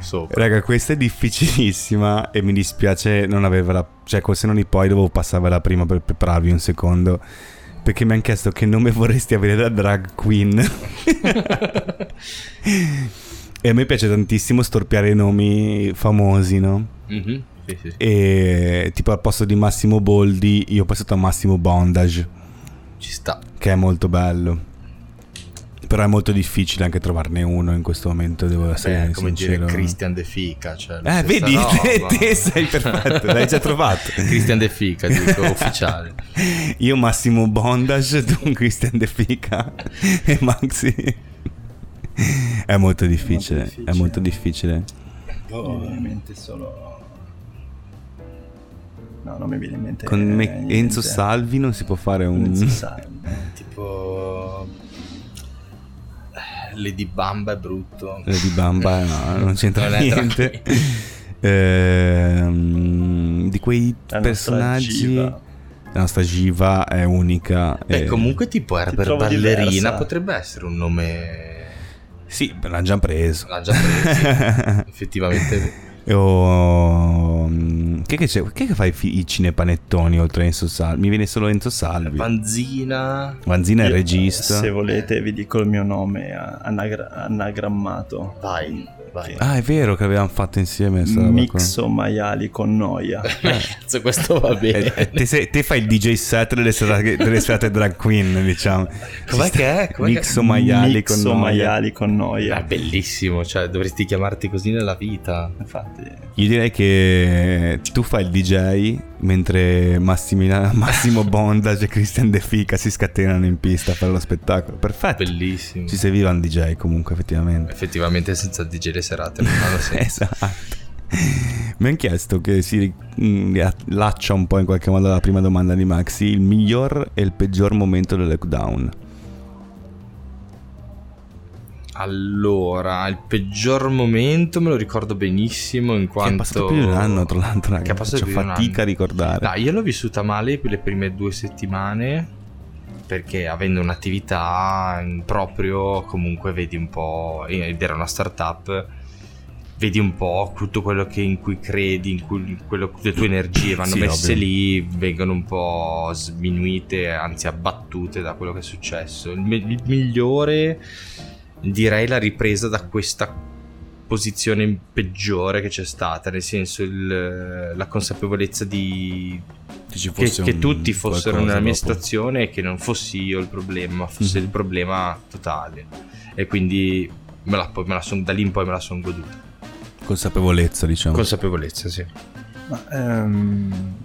[SPEAKER 1] sopra.
[SPEAKER 2] Raga, questa è difficilissima e mi dispiace non avervela. Cioè, col senno di poi dovevo passarvela prima per prepararvi un secondo. Perché mi hanno chiesto che nome vorresti avere da drag queen. E a me piace tantissimo storpiare i nomi famosi, no?
[SPEAKER 1] Mhm, Sì, sì, sì.
[SPEAKER 2] E tipo al posto di Massimo Boldi, io ho passato a Massimo Bondage,
[SPEAKER 1] Ci sta.
[SPEAKER 2] che è molto bello. Però è molto difficile anche trovarne uno in questo momento, devo essere
[SPEAKER 1] Beh, Eh, come
[SPEAKER 2] sincero.
[SPEAKER 1] dire Christian De Fica. Cioè, la
[SPEAKER 2] Eh,
[SPEAKER 1] stessa
[SPEAKER 2] vedi, te,
[SPEAKER 1] roba.
[SPEAKER 2] te sei perfetto, l'hai già trovato.
[SPEAKER 1] Christian De Fica, dico, ufficiale.
[SPEAKER 2] Io Massimo Bondage, tu Christian De Fica e Maxi. È molto difficile, è
[SPEAKER 3] difficile.
[SPEAKER 2] molto difficile.
[SPEAKER 3] Mi viene in mente solo... No, non mi viene in mente...
[SPEAKER 2] Con me-
[SPEAKER 3] Eh, niente.
[SPEAKER 2] Enzo Salvi non si può fare un...
[SPEAKER 3] Enzo Salvi.
[SPEAKER 1] Tipo... eh, Lady Bamba è brutto.
[SPEAKER 2] Eh, di Bamba no, non c'entra
[SPEAKER 1] Non è tra
[SPEAKER 2] niente. Ehm, di quei
[SPEAKER 3] La nostra Eh,
[SPEAKER 2] personaggi...
[SPEAKER 3] Giva.
[SPEAKER 2] La nostra Giva è unica.
[SPEAKER 1] Beh,
[SPEAKER 2] eh,
[SPEAKER 1] comunque tipo Herbert
[SPEAKER 3] trovo
[SPEAKER 1] Ballerina
[SPEAKER 3] diversa.
[SPEAKER 1] potrebbe essere un nome...
[SPEAKER 2] Sì, l'ha già preso.
[SPEAKER 1] L'ha già preso. Effettivamente.
[SPEAKER 2] O, mm, Che, che, c'è? che, che fa i, fi- i cinepanettoni oltre a Enzo Salvi? Mi viene solo Enzo Salvi.
[SPEAKER 1] Panzina...
[SPEAKER 2] Vanzina è il
[SPEAKER 3] Eh, Io,
[SPEAKER 2] regista.
[SPEAKER 3] Se volete vi dico il mio nome a- anagra- anagrammato.
[SPEAKER 1] Vai, vai.
[SPEAKER 2] Ah, è vero che avevamo fatto insieme. sta roba qua.
[SPEAKER 3] Mixo maiali con noia.
[SPEAKER 1] Cazzo, questo va
[SPEAKER 2] Eh, eh,
[SPEAKER 1] bene.
[SPEAKER 2] te, sei- te fai il DJ set delle serate, delle serate drag queen, diciamo.
[SPEAKER 1] Com'è
[SPEAKER 2] Ci sta-
[SPEAKER 1] che è? Com'è che-
[SPEAKER 2] Mixo maiali
[SPEAKER 3] Mixo
[SPEAKER 2] con noia.
[SPEAKER 3] maiali con
[SPEAKER 1] È
[SPEAKER 3] noia.
[SPEAKER 1] bellissimo, cioè dovresti chiamarti così nella vita.
[SPEAKER 3] Infatti,
[SPEAKER 2] Io direi che tu fai il DJ mentre Massimila- Massimo Bondage e Christian De Fica si scatenano in pista a fare lo spettacolo. Perfetto.
[SPEAKER 1] Bellissimo.
[SPEAKER 2] Eh, Ci serviva un DJ comunque, effettivamente.
[SPEAKER 1] Effettivamente senza DJ le serate non hanno senso.
[SPEAKER 2] Esatto. Mi hanno chiesto che si mm, riallaccia un po' in qualche modo alla prima domanda di Maxi, il miglior e il peggior momento del lockdown.
[SPEAKER 1] Allora, il peggior momento me lo ricordo benissimo in quanto...
[SPEAKER 2] Che è passato più di un anno, tra l'altro,
[SPEAKER 1] Che è
[SPEAKER 2] ragazzi.
[SPEAKER 1] passato più
[SPEAKER 2] Faccio
[SPEAKER 1] di un
[SPEAKER 2] fatica a
[SPEAKER 1] anno.
[SPEAKER 2] ricordare.
[SPEAKER 1] No, io l'ho vissuta male per le prime due settimane perché avendo un'attività in proprio comunque vedi un po' ed era una startup vedi un po' tutto quello che in cui credi in cui quello, le tue energie vanno
[SPEAKER 2] Sì,
[SPEAKER 1] messe
[SPEAKER 2] ovvio.
[SPEAKER 1] lì vengono un po' sminuite anzi abbattute da quello che è successo il, mi- il migliore direi la ripresa da questa posizione peggiore che c'è stata nel senso il- la consapevolezza di che, che tutti fossero nella mia situazione e che non fossi io il problema, ma fosse
[SPEAKER 2] Mhm.
[SPEAKER 1] il problema totale. E quindi me la, poi me la son- da lì in poi me la sono goduta.
[SPEAKER 2] Consapevolezza, diciamo.
[SPEAKER 1] Consapevolezza, sì.
[SPEAKER 3] Ma, ehm,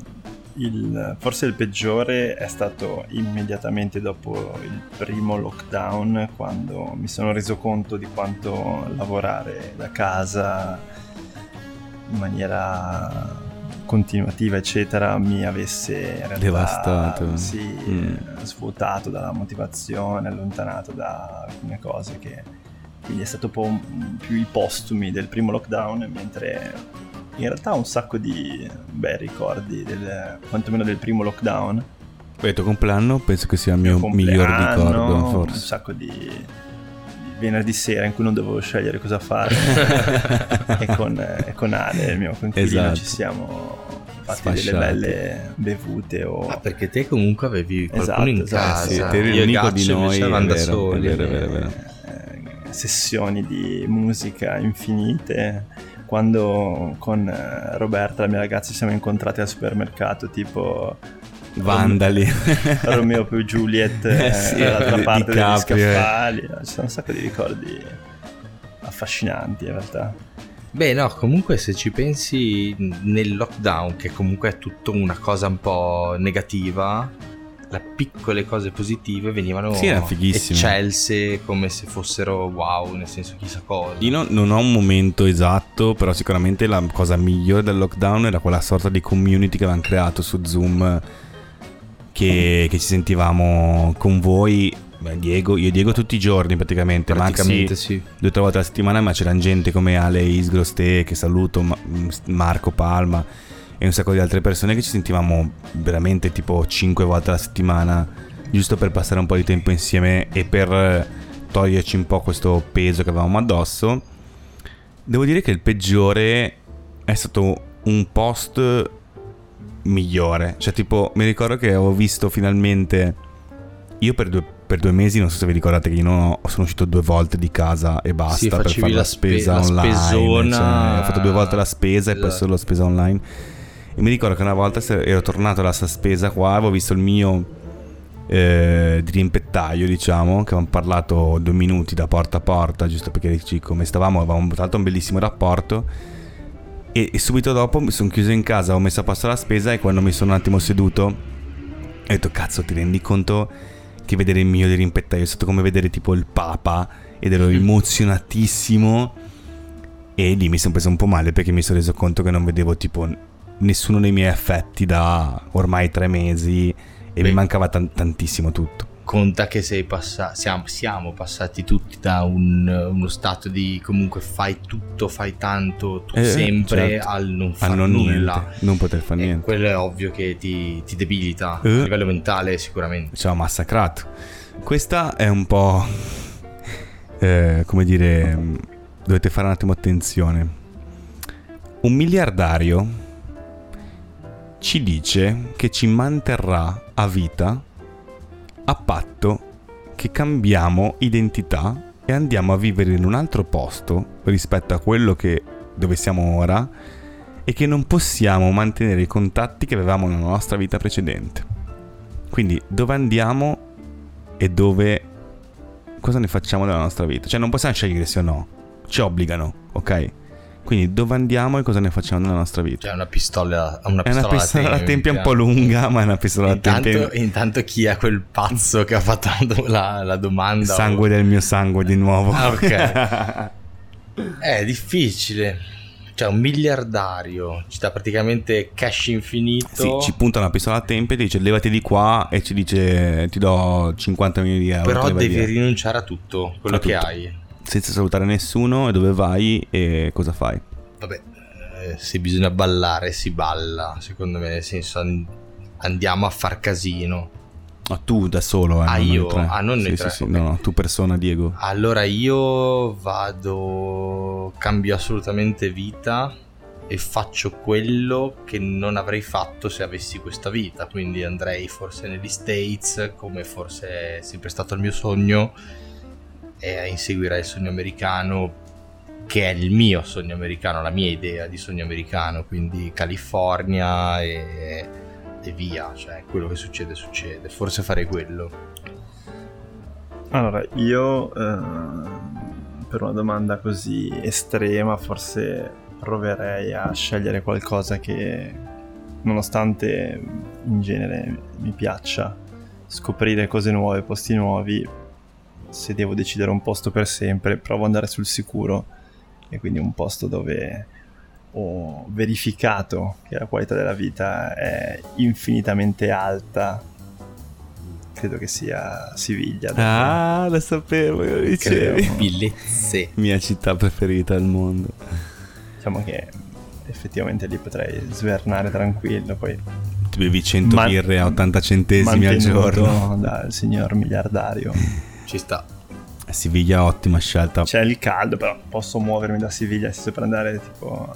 [SPEAKER 3] il- forse il peggiore è stato immediatamente dopo il primo lockdown, quando mi sono reso conto di quanto lavorare da casa in maniera continuativa, eccetera, mi avesse in realtà,
[SPEAKER 2] Devastato.
[SPEAKER 3] sì,
[SPEAKER 2] Mm.
[SPEAKER 3] eh, svuotato dalla motivazione, allontanato da alcune cose che quindi è stato un po' un- più i postumi del primo lockdown, mentre in realtà ho un sacco di bei ricordi, del, quantomeno del primo lockdown.
[SPEAKER 2] Poi il tuo compleanno penso che sia il mio miglior
[SPEAKER 3] migliore
[SPEAKER 2] ricordo,
[SPEAKER 3] Un
[SPEAKER 2] forse.
[SPEAKER 3] sacco di, di venerdì sera in cui non dovevo scegliere cosa fare. e, con, e con Ale, il mio coinquilino,
[SPEAKER 2] Esatto.
[SPEAKER 3] ci siamo fatti
[SPEAKER 2] Sfasciati.
[SPEAKER 3] delle belle bevute o...
[SPEAKER 1] Ah, perché te comunque avevi qualcuno
[SPEAKER 3] Esatto,
[SPEAKER 1] in
[SPEAKER 3] esatto,
[SPEAKER 1] casa.
[SPEAKER 3] sì,
[SPEAKER 2] te eri
[SPEAKER 1] Io e
[SPEAKER 2] l'unico
[SPEAKER 1] Gaccio
[SPEAKER 2] di
[SPEAKER 1] invece
[SPEAKER 2] noi, è
[SPEAKER 1] eravamo da
[SPEAKER 2] vero, è
[SPEAKER 1] soli.
[SPEAKER 2] vero, è vero.
[SPEAKER 3] eh, sessioni di musica infinite. Quando con eh, Roberta, la mia ragazza, ci siamo incontrati al supermercato, tipo
[SPEAKER 2] Vandali.
[SPEAKER 3] Romeo più Juliet
[SPEAKER 2] Eh
[SPEAKER 3] eh,
[SPEAKER 2] sì,
[SPEAKER 3] dall'altra
[SPEAKER 2] di-
[SPEAKER 3] parte
[SPEAKER 2] di
[SPEAKER 3] degli
[SPEAKER 2] Caprio, eh.
[SPEAKER 3] scaffali. Ci sono un sacco di ricordi affascinanti in realtà.
[SPEAKER 1] Beh, no, comunque se ci pensi nel lockdown, che comunque è tutto una cosa un po' negativa, le piccole cose positive venivano
[SPEAKER 2] Sì, erano fighissime.
[SPEAKER 1] eccelse come se fossero wow, nel senso chissà cosa.
[SPEAKER 2] Io non, non ho un momento esatto, però sicuramente la cosa migliore del lockdown era quella sorta di community che avevamo creato su Zoom, che, che ci sentivamo con voi, beh, Diego, io e Diego tutti i giorni praticamente,
[SPEAKER 1] Praticamente
[SPEAKER 2] Maxi
[SPEAKER 1] sì.
[SPEAKER 2] due o tre volte alla settimana, ma c'erano gente come Ale Isgros, te che saluto, Ma- Marco Palma e un sacco di altre persone che ci sentivamo veramente tipo 5 volte alla settimana, giusto per passare un po' di tempo insieme e per eh, toglierci un po' questo peso che avevamo addosso. Devo dire che il peggiore è stato un post migliore, cioè tipo mi ricordo che avevo visto finalmente io per due per due mesi, non so se vi ricordate che io non ho- sono uscito due volte di casa e basta
[SPEAKER 1] Sì,
[SPEAKER 2] per
[SPEAKER 1] facevi
[SPEAKER 2] fare la,
[SPEAKER 1] la spe-
[SPEAKER 2] spesa
[SPEAKER 1] la
[SPEAKER 2] online.
[SPEAKER 1] spesona.
[SPEAKER 2] cioè, ho fatto due volte la spesa e poi
[SPEAKER 1] Esatto.
[SPEAKER 2] solo la spesa online. E mi ricordo che una volta se- ero tornato alla sta spesa qua, avevo visto il mio eh, rimpettaio, diciamo, che avevamo parlato due minuti da porta a porta, giusto perché dici, come stavamo, avevamo fatto un bellissimo rapporto. E, e subito dopo mi sono chiuso in casa, ho messo a posto la spesa e quando mi sono un attimo seduto ho detto cazzo ti rendi conto che vedere il mio del rimpettaio è stato come vedere tipo il papa ed ero emozionatissimo e lì mi sono preso un po' male perché mi sono reso conto che non vedevo tipo n- nessuno dei miei affetti da ormai tre mesi e mi
[SPEAKER 1] Beh.
[SPEAKER 2] mancava tan- tantissimo tutto.
[SPEAKER 1] Conta che sei passa- siamo, siamo passati tutti da un- uno stato di comunque fai tutto, fai tanto, tu
[SPEAKER 2] Eh,
[SPEAKER 1] sempre,
[SPEAKER 2] certo.
[SPEAKER 1] al non
[SPEAKER 2] A
[SPEAKER 1] far
[SPEAKER 2] non
[SPEAKER 1] nulla. Eh,
[SPEAKER 2] niente, non poter fare
[SPEAKER 1] E
[SPEAKER 2] niente.
[SPEAKER 1] quello è ovvio che ti, ti debilita
[SPEAKER 2] Eh.
[SPEAKER 1] a livello mentale sicuramente.
[SPEAKER 2] ci ha massacrato. Questa è un po'. eh, come dire. mh, Dovete fare un attimo attenzione. Un miliardario ci dice che ci manterrà a vita a patto che cambiamo identità e andiamo a vivere in un altro posto rispetto a quello che dove siamo ora e che non possiamo mantenere i contatti che avevamo nella nostra vita precedente. Quindi dove andiamo e dove cosa ne facciamo della nostra vita? Cioè non possiamo scegliere sì o no, ci obbligano, ok? Quindi dove andiamo e cosa ne facciamo della nostra vita?
[SPEAKER 1] Cioè una pistola, una
[SPEAKER 2] È una
[SPEAKER 1] pistola,
[SPEAKER 2] pistola alla tempia un po'
[SPEAKER 1] lunga
[SPEAKER 2] lunga, ma è una pistola alla tempia
[SPEAKER 1] Intanto, intanto chi è quel pazzo che ha fatto la, do- la- la domanda?
[SPEAKER 2] sangue del mio sangue di nuovo.
[SPEAKER 1] Ah, ok. È difficile. Cioè, un miliardario ci dà praticamente cash
[SPEAKER 2] Sì,
[SPEAKER 3] Certo.
[SPEAKER 1] infinito.
[SPEAKER 2] ci punta una pistola a tempo e ti dice levati di qua e ci dice ti do 50 milioni di euro.
[SPEAKER 1] però
[SPEAKER 2] te ne vai
[SPEAKER 1] devi
[SPEAKER 2] via".
[SPEAKER 1] rinunciare a tutto quello
[SPEAKER 2] A
[SPEAKER 1] che
[SPEAKER 2] tutto.
[SPEAKER 1] hai.
[SPEAKER 2] Senza salutare nessuno e dove vai e cosa fai.
[SPEAKER 1] Vabbè, eh, se bisogna ballare, si balla. Secondo me, nel senso, an- andiamo a far casino.
[SPEAKER 2] Ma tu da solo, eh,
[SPEAKER 1] Ah,
[SPEAKER 2] noi
[SPEAKER 1] io?
[SPEAKER 2] tre.
[SPEAKER 1] Ah, non noi
[SPEAKER 2] Sì,
[SPEAKER 1] tre,
[SPEAKER 2] sì, sì,
[SPEAKER 1] ok. Ah,
[SPEAKER 2] no, no, tu persona Diego.
[SPEAKER 1] Allora io vado, cambio assolutamente vita e faccio quello che non avrei fatto se avessi questa vita, quindi andrei forse negli States, come forse è sempre stato il mio sogno, e inseguirei il sogno americano, che è il mio sogno americano, la mia idea di sogno americano, quindi California e, e via, cioè quello che succede succede, forse farei quello.
[SPEAKER 3] Allora, io ehm, per una domanda così estrema forse proverei a scegliere qualcosa che, nonostante in genere mi piaccia scoprire cose nuove, posti nuovi, se devo decidere un posto per sempre, provo ad andare sul sicuro e quindi un posto dove ho verificato che la qualità della vita è infinitamente alta. Credo che sia Siviglia. dopo-
[SPEAKER 2] Ah, lo sapevo, lo dicevi.
[SPEAKER 3] dicevi.
[SPEAKER 1] Bellezze.
[SPEAKER 2] Mia città preferita al mondo.
[SPEAKER 3] diciamo che effettivamente lì potrei svernare tranquillo poi
[SPEAKER 2] Ti bevi 100
[SPEAKER 3] Man-
[SPEAKER 2] birre a 80 centesimi al
[SPEAKER 3] mantenuto
[SPEAKER 2] giorno.
[SPEAKER 3] dal signor miliardario
[SPEAKER 1] Ci sta.
[SPEAKER 2] Siviglia, ottima scelta.
[SPEAKER 3] c'è il caldo però posso muovermi da Siviglia se per andare tipo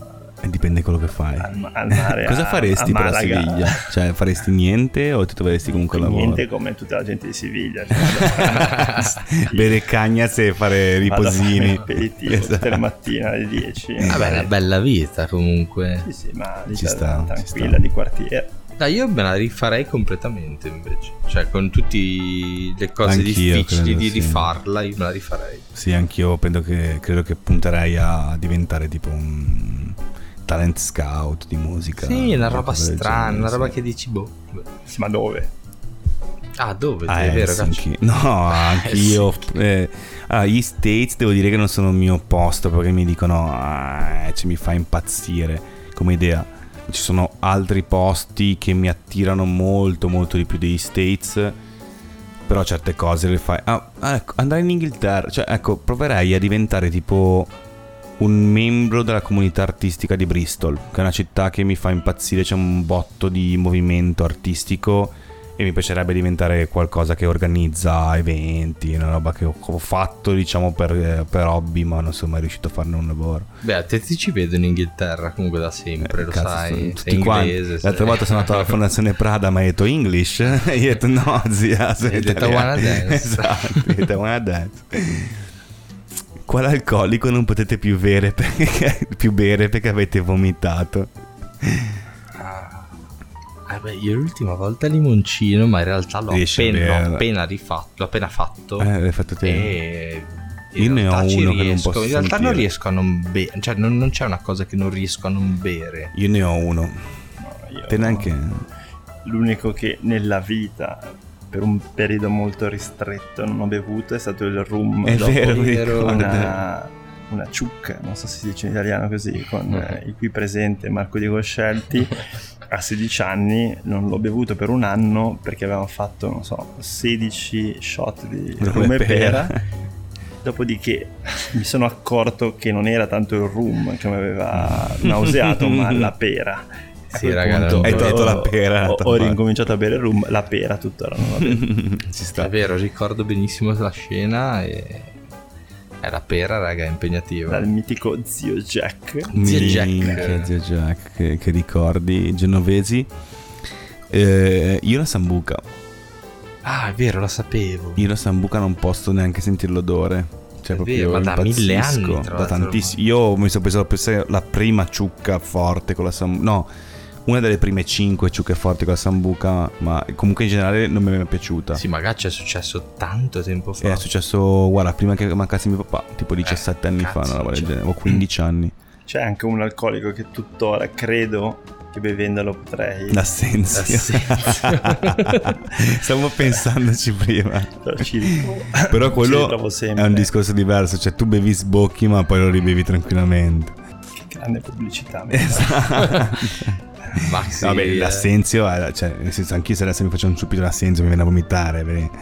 [SPEAKER 2] E Dipende quello che fai.
[SPEAKER 3] al, ma- al mare
[SPEAKER 2] Cosa
[SPEAKER 3] a-
[SPEAKER 2] faresti per
[SPEAKER 3] a
[SPEAKER 2] la
[SPEAKER 3] Malaga.
[SPEAKER 2] Siviglia? Cioè, faresti niente o ti troveresti comunque al lavoro?
[SPEAKER 3] niente come tutta la gente di Siviglia cioè,
[SPEAKER 2] Bere cagnas e fare
[SPEAKER 3] vado a fare
[SPEAKER 2] riposini.
[SPEAKER 3] aperitivo tutte le
[SPEAKER 2] Esatto. Eh,
[SPEAKER 3] mattine alle 10
[SPEAKER 1] Vabbè, è una bella vita comunque.
[SPEAKER 3] sì, sì, ma
[SPEAKER 2] Ci
[SPEAKER 3] ci
[SPEAKER 2] sta, ci
[SPEAKER 3] tranquilla
[SPEAKER 2] sta.
[SPEAKER 3] di quartiere
[SPEAKER 1] Dai, io me la rifarei completamente invece. Cioè, con tutte le cose
[SPEAKER 2] Anch'io,
[SPEAKER 1] difficili
[SPEAKER 2] credo,
[SPEAKER 1] di
[SPEAKER 2] sì.
[SPEAKER 1] rifarla, io me la rifarei.
[SPEAKER 2] Sì, anch'io penso che, credo che punterei a diventare tipo un talent scout di musica.
[SPEAKER 1] Sì, una roba
[SPEAKER 2] cosa del
[SPEAKER 1] strana,
[SPEAKER 2] genere,
[SPEAKER 1] una roba
[SPEAKER 2] sì.
[SPEAKER 1] che dici, boh.
[SPEAKER 3] Sì, ma dove?
[SPEAKER 1] Ah, dove?
[SPEAKER 2] A
[SPEAKER 1] è vero, Eh, cazzo.
[SPEAKER 2] Helsinki. eh, No, anch'io. eh, ah, gli States devo dire che non sono il mio posto perché mi dicono, "Ah, ci mi fa impazzire come idea. Ci sono altri posti che mi attirano molto, molto di più degli States. Però certe cose le fai. Ah, ah, ecco, andare in Inghilterra. Cioè, ecco, proverei a diventare tipo un membro della comunità artistica di Bristol, che è una città che mi fa impazzire. C'è un botto di movimento artistico e mi piacerebbe diventare qualcosa che organizza eventi, una roba che ho ho fatto diciamo per, per hobby ma non sono mai riuscito a farne un lavoro.
[SPEAKER 1] Beh, a te ti ci vedo in Inghilterra comunque da sempre,
[SPEAKER 2] Eh,
[SPEAKER 1] lo
[SPEAKER 2] cazzo, sono
[SPEAKER 1] sai.
[SPEAKER 2] tutti cioè. quanti. L'altra volta sono andato alla Fondazione Prada, mi ha detto English. E io ho detto no, zia. sono
[SPEAKER 1] Hai detto
[SPEAKER 2] italiano."
[SPEAKER 1] wanna dance.
[SPEAKER 2] Esatto, ho detto wanna dance. Quale alcolico non potete più bere perché, più bere perché avete vomitato?
[SPEAKER 1] Ah, beh, io l'ultima volta limoncino, ma in realtà l'ho,
[SPEAKER 2] Riesci a
[SPEAKER 1] appena, l'ho
[SPEAKER 2] berla.
[SPEAKER 1] appena rifatto, l'ho appena fatto.
[SPEAKER 2] Eh, l'hai fatto te?
[SPEAKER 1] E in
[SPEAKER 2] Io ne ho
[SPEAKER 1] realtà ci
[SPEAKER 2] uno che non
[SPEAKER 1] riesco.
[SPEAKER 2] posso
[SPEAKER 1] In realtà non
[SPEAKER 2] sentire.
[SPEAKER 1] riesco a non bere, cioè non, non c'è una cosa che non riesco a non bere.
[SPEAKER 2] Io ne ho uno.
[SPEAKER 3] No, io
[SPEAKER 2] Te
[SPEAKER 3] no.
[SPEAKER 2] neanche.
[SPEAKER 3] L'unico che nella vita, per un periodo molto ristretto, non ho bevuto è stato il rum.
[SPEAKER 2] È
[SPEAKER 3] dopo
[SPEAKER 2] vero, mi
[SPEAKER 1] vero,
[SPEAKER 2] ricordo.
[SPEAKER 3] una, una ciucca, non so se si dice in italiano così,
[SPEAKER 2] Mm.
[SPEAKER 3] con eh, il qui presente Marco Diego Scelti. A 16 anni non l'ho bevuto per un anno perché avevamo fatto, non so, 16 shot di
[SPEAKER 2] Rum e
[SPEAKER 3] rum e
[SPEAKER 2] pera.
[SPEAKER 3] pera. Dopodiché mi sono accorto che non era tanto il rum che mi aveva nauseato, ma la pera. A
[SPEAKER 1] Sì,
[SPEAKER 3] quel
[SPEAKER 1] raga,
[SPEAKER 3] punto
[SPEAKER 1] non-
[SPEAKER 2] Hai tolto la
[SPEAKER 3] ho-
[SPEAKER 2] pera,
[SPEAKER 3] Ho,
[SPEAKER 2] tanto
[SPEAKER 3] ho
[SPEAKER 2] fa.
[SPEAKER 3] ricominciato a bere il rum, la pera tuttora non la bevo.
[SPEAKER 2] Ci
[SPEAKER 1] È
[SPEAKER 2] sta.
[SPEAKER 1] vero, ricordo benissimo la scena e... È la pera, raga, è impegnativa.
[SPEAKER 3] Dal mitico zio Jack.
[SPEAKER 1] Zio Jack.
[SPEAKER 2] Minchia, Zio Jack, che, che ricordi genovesi. Eh, io la sambuca.
[SPEAKER 1] Ah, è vero, la sapevo.
[SPEAKER 2] Io la sambuca non posso neanche sentire l'odore. Cioè,
[SPEAKER 1] È
[SPEAKER 2] proprio
[SPEAKER 1] vero, ma da mille
[SPEAKER 2] impazzisco,
[SPEAKER 1] anni, tra
[SPEAKER 2] Da
[SPEAKER 1] l'altro,
[SPEAKER 2] tantissimo. Io mi sono pensato per essere la prima ciucca forte con la sambuca. No, una delle prime cinque ciucche forti con la sambuca. Ma comunque in generale non mi è mai piaciuta.
[SPEAKER 1] Sì, magari ci è successo tanto tempo
[SPEAKER 2] E
[SPEAKER 1] fa. Eh,
[SPEAKER 2] è successo, guarda, prima che mancasse mio papà, tipo 17 anni fa,
[SPEAKER 1] cazzo,
[SPEAKER 2] una roba del
[SPEAKER 1] cioè.
[SPEAKER 2] genere, o 15 anni.
[SPEAKER 3] C'è anche un alcolico che tuttora credo che bevendolo potrei
[SPEAKER 2] L'assenzio.
[SPEAKER 1] L'assenzio.
[SPEAKER 2] Stavo pensandoci prima.
[SPEAKER 3] Ci ritrovo.
[SPEAKER 2] Però
[SPEAKER 3] Ci
[SPEAKER 2] quello
[SPEAKER 3] ritrovo sempre.
[SPEAKER 2] È un discorso diverso, cioè tu bevi sbocchi ma poi lo ribevi tranquillamente.
[SPEAKER 3] Che grande pubblicità. mi sa.
[SPEAKER 2] Esatto.
[SPEAKER 1] Maxi,
[SPEAKER 2] Vabbè,
[SPEAKER 1] eh,
[SPEAKER 2] l'assenzio, è- cioè, nel senso, anch'io se adesso mi faccio un ciupito d'assenzio mi viene a vomitare, perché,
[SPEAKER 1] sì,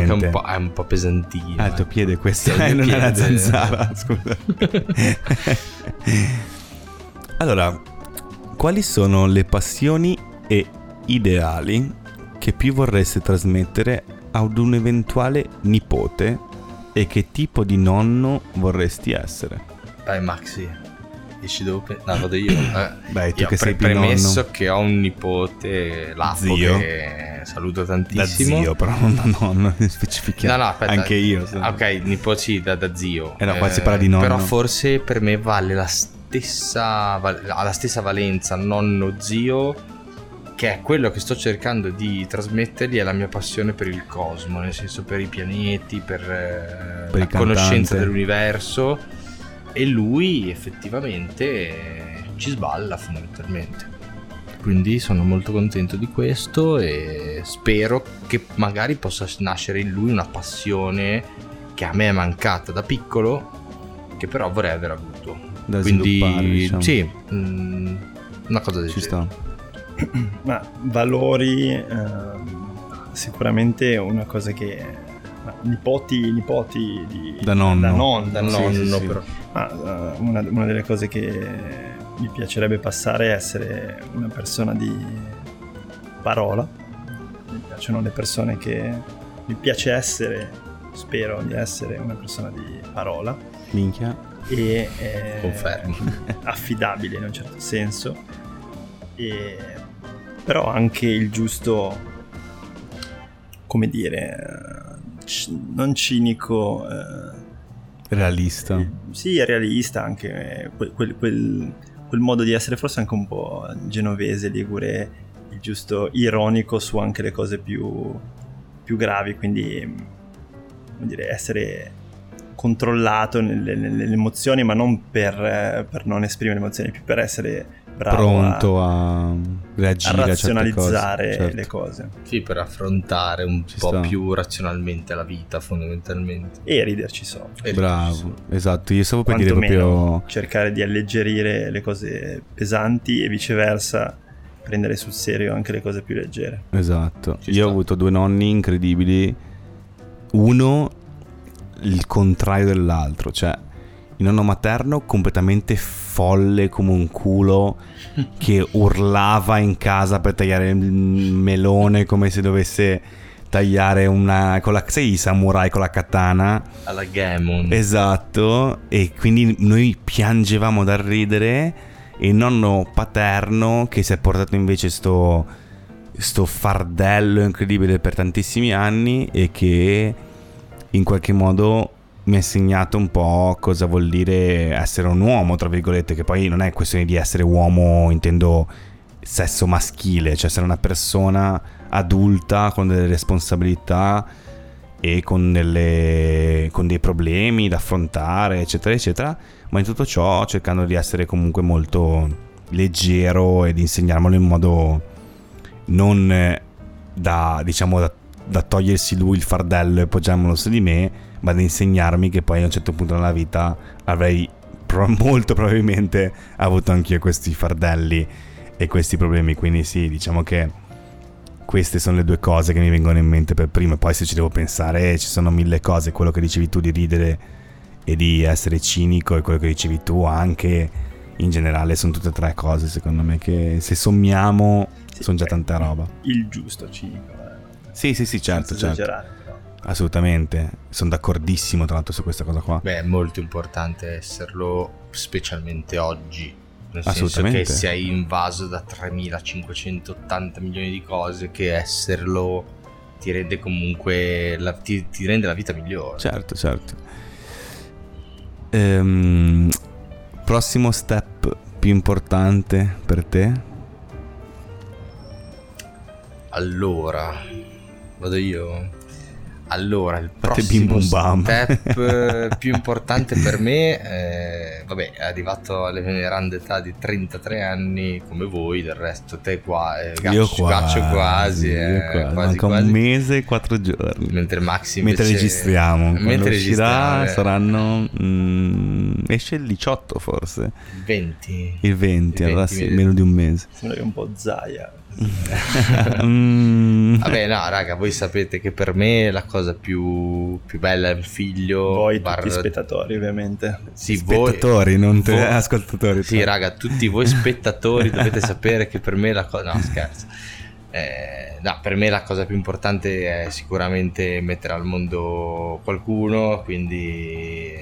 [SPEAKER 1] diciamo che è un po', è un po' pesantino.
[SPEAKER 2] Ah, il tuo
[SPEAKER 1] eh.
[SPEAKER 2] piede questo,
[SPEAKER 1] Sì, il
[SPEAKER 2] eh, non è la
[SPEAKER 1] piede.
[SPEAKER 2] zanzara, scusa. allora, quali sono le passioni e ideali che più vorreste trasmettere ad un eventuale nipote e che tipo di nonno vorresti essere?
[SPEAKER 1] Dai, Maxi. E ci devo pe- No, vado io. Eh,
[SPEAKER 2] Beh, tu
[SPEAKER 1] io pre-
[SPEAKER 2] che sei più
[SPEAKER 1] premesso
[SPEAKER 2] nonno.
[SPEAKER 1] che ho un nipote Lapo
[SPEAKER 2] Zio.
[SPEAKER 1] che saluto
[SPEAKER 2] Da
[SPEAKER 1] tantissimo.
[SPEAKER 2] zio, però non da nonno, specifichiamo.
[SPEAKER 1] No, no, aspetta. Ah,
[SPEAKER 2] Anche io. so.
[SPEAKER 1] Ok, nipoti sì, da, da zio.
[SPEAKER 2] Eh no, qua si parla di nonno.
[SPEAKER 1] Però forse per me vale la stessa, val- ha la stessa valenza nonno-zio, che è quello che sto cercando di trasmettergli, è la mia passione per il cosmo, nel senso per i pianeti, per, eh, la
[SPEAKER 2] Per il
[SPEAKER 1] conoscenza
[SPEAKER 2] cantante.
[SPEAKER 1] dell'universo. E lui effettivamente eh, ci sballa fondamentalmente. Quindi sono molto contento di questo e spero che magari possa nascere in lui una passione che a me è mancata da piccolo, che però vorrei aver avuto.
[SPEAKER 2] Da
[SPEAKER 1] Quindi
[SPEAKER 2] sviluppare, diciamo.
[SPEAKER 1] sì, mm, una cosa del
[SPEAKER 2] Ci
[SPEAKER 1] genere.
[SPEAKER 2] sta.
[SPEAKER 3] Ma valori, ehm, sicuramente una cosa che... ma Nipoti, nipoti di...
[SPEAKER 2] Da nonno.
[SPEAKER 3] Da nonno,
[SPEAKER 1] Da
[SPEAKER 3] sì,
[SPEAKER 1] nonno
[SPEAKER 3] sì, sì.
[SPEAKER 1] però.
[SPEAKER 3] Ma, eh, una, una delle cose che mi piacerebbe passare è essere una persona di parola. Mi piacciono le persone che... Mi piace essere, spero di essere una persona di parola
[SPEAKER 2] Minchia.
[SPEAKER 3] e... eh,
[SPEAKER 1] Confermo.
[SPEAKER 3] affidabile in un certo senso, e- però anche il giusto, come dire, eh, ci- non cinico, eh,
[SPEAKER 2] Realista.
[SPEAKER 3] sì, è realista anche eh, quel, quel- quel- quel modo di essere, forse anche un po' genovese, ligure, il giusto ironico su anche le cose più, più gravi, quindi mm, come dire, essere controllato nelle, nelle- nelle emozioni, ma non per, eh, per non esprimere emozioni, più per essere bravo
[SPEAKER 2] pronto a,
[SPEAKER 3] eh. a, a
[SPEAKER 2] reagire a, certe cose.
[SPEAKER 3] razionalizzare
[SPEAKER 2] certo.
[SPEAKER 3] le cose
[SPEAKER 1] Sì, per affrontare un
[SPEAKER 2] Ci
[SPEAKER 1] po'
[SPEAKER 2] sta.
[SPEAKER 1] più razionalmente la vita fondamentalmente.
[SPEAKER 3] e riderci sopra.
[SPEAKER 1] E
[SPEAKER 2] Bravo, esatto. Io stavo per dire
[SPEAKER 3] Quantomeno
[SPEAKER 2] proprio
[SPEAKER 3] cercare di alleggerire le cose pesanti e viceversa prendere sul serio anche le cose più leggere.
[SPEAKER 2] esatto.
[SPEAKER 1] Ci
[SPEAKER 2] Io ho
[SPEAKER 1] sta.
[SPEAKER 2] avuto due nonni incredibili. Uno il contrario dell'altro, cioè il nonno materno completamente folle come un culo che urlava in casa per tagliare il melone come se dovesse tagliare una con la sei i samurai con la katana
[SPEAKER 1] alla Gamon.
[SPEAKER 2] esatto e quindi noi piangevamo dal ridere e il nonno paterno che si è portato invece sto sto fardello incredibile per tantissimi anni e che in qualche modo mi ha insegnato un po' cosa vuol dire essere un uomo, tra virgolette, che poi non è questione di essere uomo, intendo sesso maschile, cioè essere una persona adulta con delle responsabilità e con, delle, con dei problemi da affrontare, eccetera, eccetera, ma in tutto ciò cercando di essere comunque molto leggero e di insegnarmelo in modo non eh, da, diciamo, da, da togliersi lui il fardello e poggiarmelo su di me, ma da insegnarmi che poi a un certo punto nella vita avrei pro- molto probabilmente avuto anch'io questi fardelli e questi problemi. Quindi sì, diciamo che queste sono le due cose che mi vengono in mente per prima. Poi se ci devo pensare eh, ci sono mille cose, quello che dicevi tu di ridere e di essere cinico e quello che dicevi tu anche in generale sono tutte e tre cose secondo me che se sommiamo
[SPEAKER 3] Sì,
[SPEAKER 2] sono già
[SPEAKER 3] ok.
[SPEAKER 2] tanta roba.
[SPEAKER 3] Il giusto cinico. eh.
[SPEAKER 2] Sì, sì, sì, certo,
[SPEAKER 3] Senza
[SPEAKER 2] certo.
[SPEAKER 3] esagerare, però.
[SPEAKER 2] Assolutamente. Sono d'accordissimo tra l'altro su questa cosa qua.
[SPEAKER 1] Beh, è molto importante esserlo, specialmente oggi. Nel
[SPEAKER 2] Assolutamente.
[SPEAKER 1] senso che sei invaso da 3580 milioni di cose che esserlo ti rende comunque la- ti, ti rende la vita migliore.
[SPEAKER 2] Certo, certo. Ehm, prossimo step più importante per te?
[SPEAKER 1] Allora, vado io. Allora, il
[SPEAKER 2] Fate
[SPEAKER 1] prossimo
[SPEAKER 2] bim bum bam.
[SPEAKER 1] step eh, più importante per me, eh, vabbè, è arrivato alla veneranda età di 33 anni come voi, del resto te qua, eh, gaccio,
[SPEAKER 2] io qua.
[SPEAKER 1] gaccio quasi,
[SPEAKER 2] io
[SPEAKER 1] eh,
[SPEAKER 2] quasi.
[SPEAKER 1] quasi,
[SPEAKER 2] Manca
[SPEAKER 1] quasi.
[SPEAKER 2] un mese e quattro giorni.
[SPEAKER 1] mentre Maxi
[SPEAKER 2] Mentre
[SPEAKER 1] invece-
[SPEAKER 2] registriamo. Quando
[SPEAKER 1] mentre
[SPEAKER 2] uscirà
[SPEAKER 1] registriamo, eh,
[SPEAKER 2] saranno... mm, esce il 18 forse.
[SPEAKER 1] 20.
[SPEAKER 2] Il 20,
[SPEAKER 1] Il
[SPEAKER 2] allora
[SPEAKER 1] 20,
[SPEAKER 2] sì,
[SPEAKER 1] mi-
[SPEAKER 2] meno di un mese.
[SPEAKER 3] Sembra che un po' Zaya.
[SPEAKER 2] Mm.
[SPEAKER 1] Vabbè, no, raga, voi sapete che per me la cosa più, più bella è un figlio.
[SPEAKER 3] Voi
[SPEAKER 1] Oh, barra-
[SPEAKER 3] tutti spettatori, ovviamente.
[SPEAKER 1] sì, voi-
[SPEAKER 2] spettatori, non te-
[SPEAKER 1] voi-
[SPEAKER 2] ascoltatori.
[SPEAKER 1] Sì, raga, tutti voi spettatori dovete sapere che per me la cosa... No, scherzo. Eh, no, per me la cosa più importante è sicuramente mettere al mondo qualcuno, quindi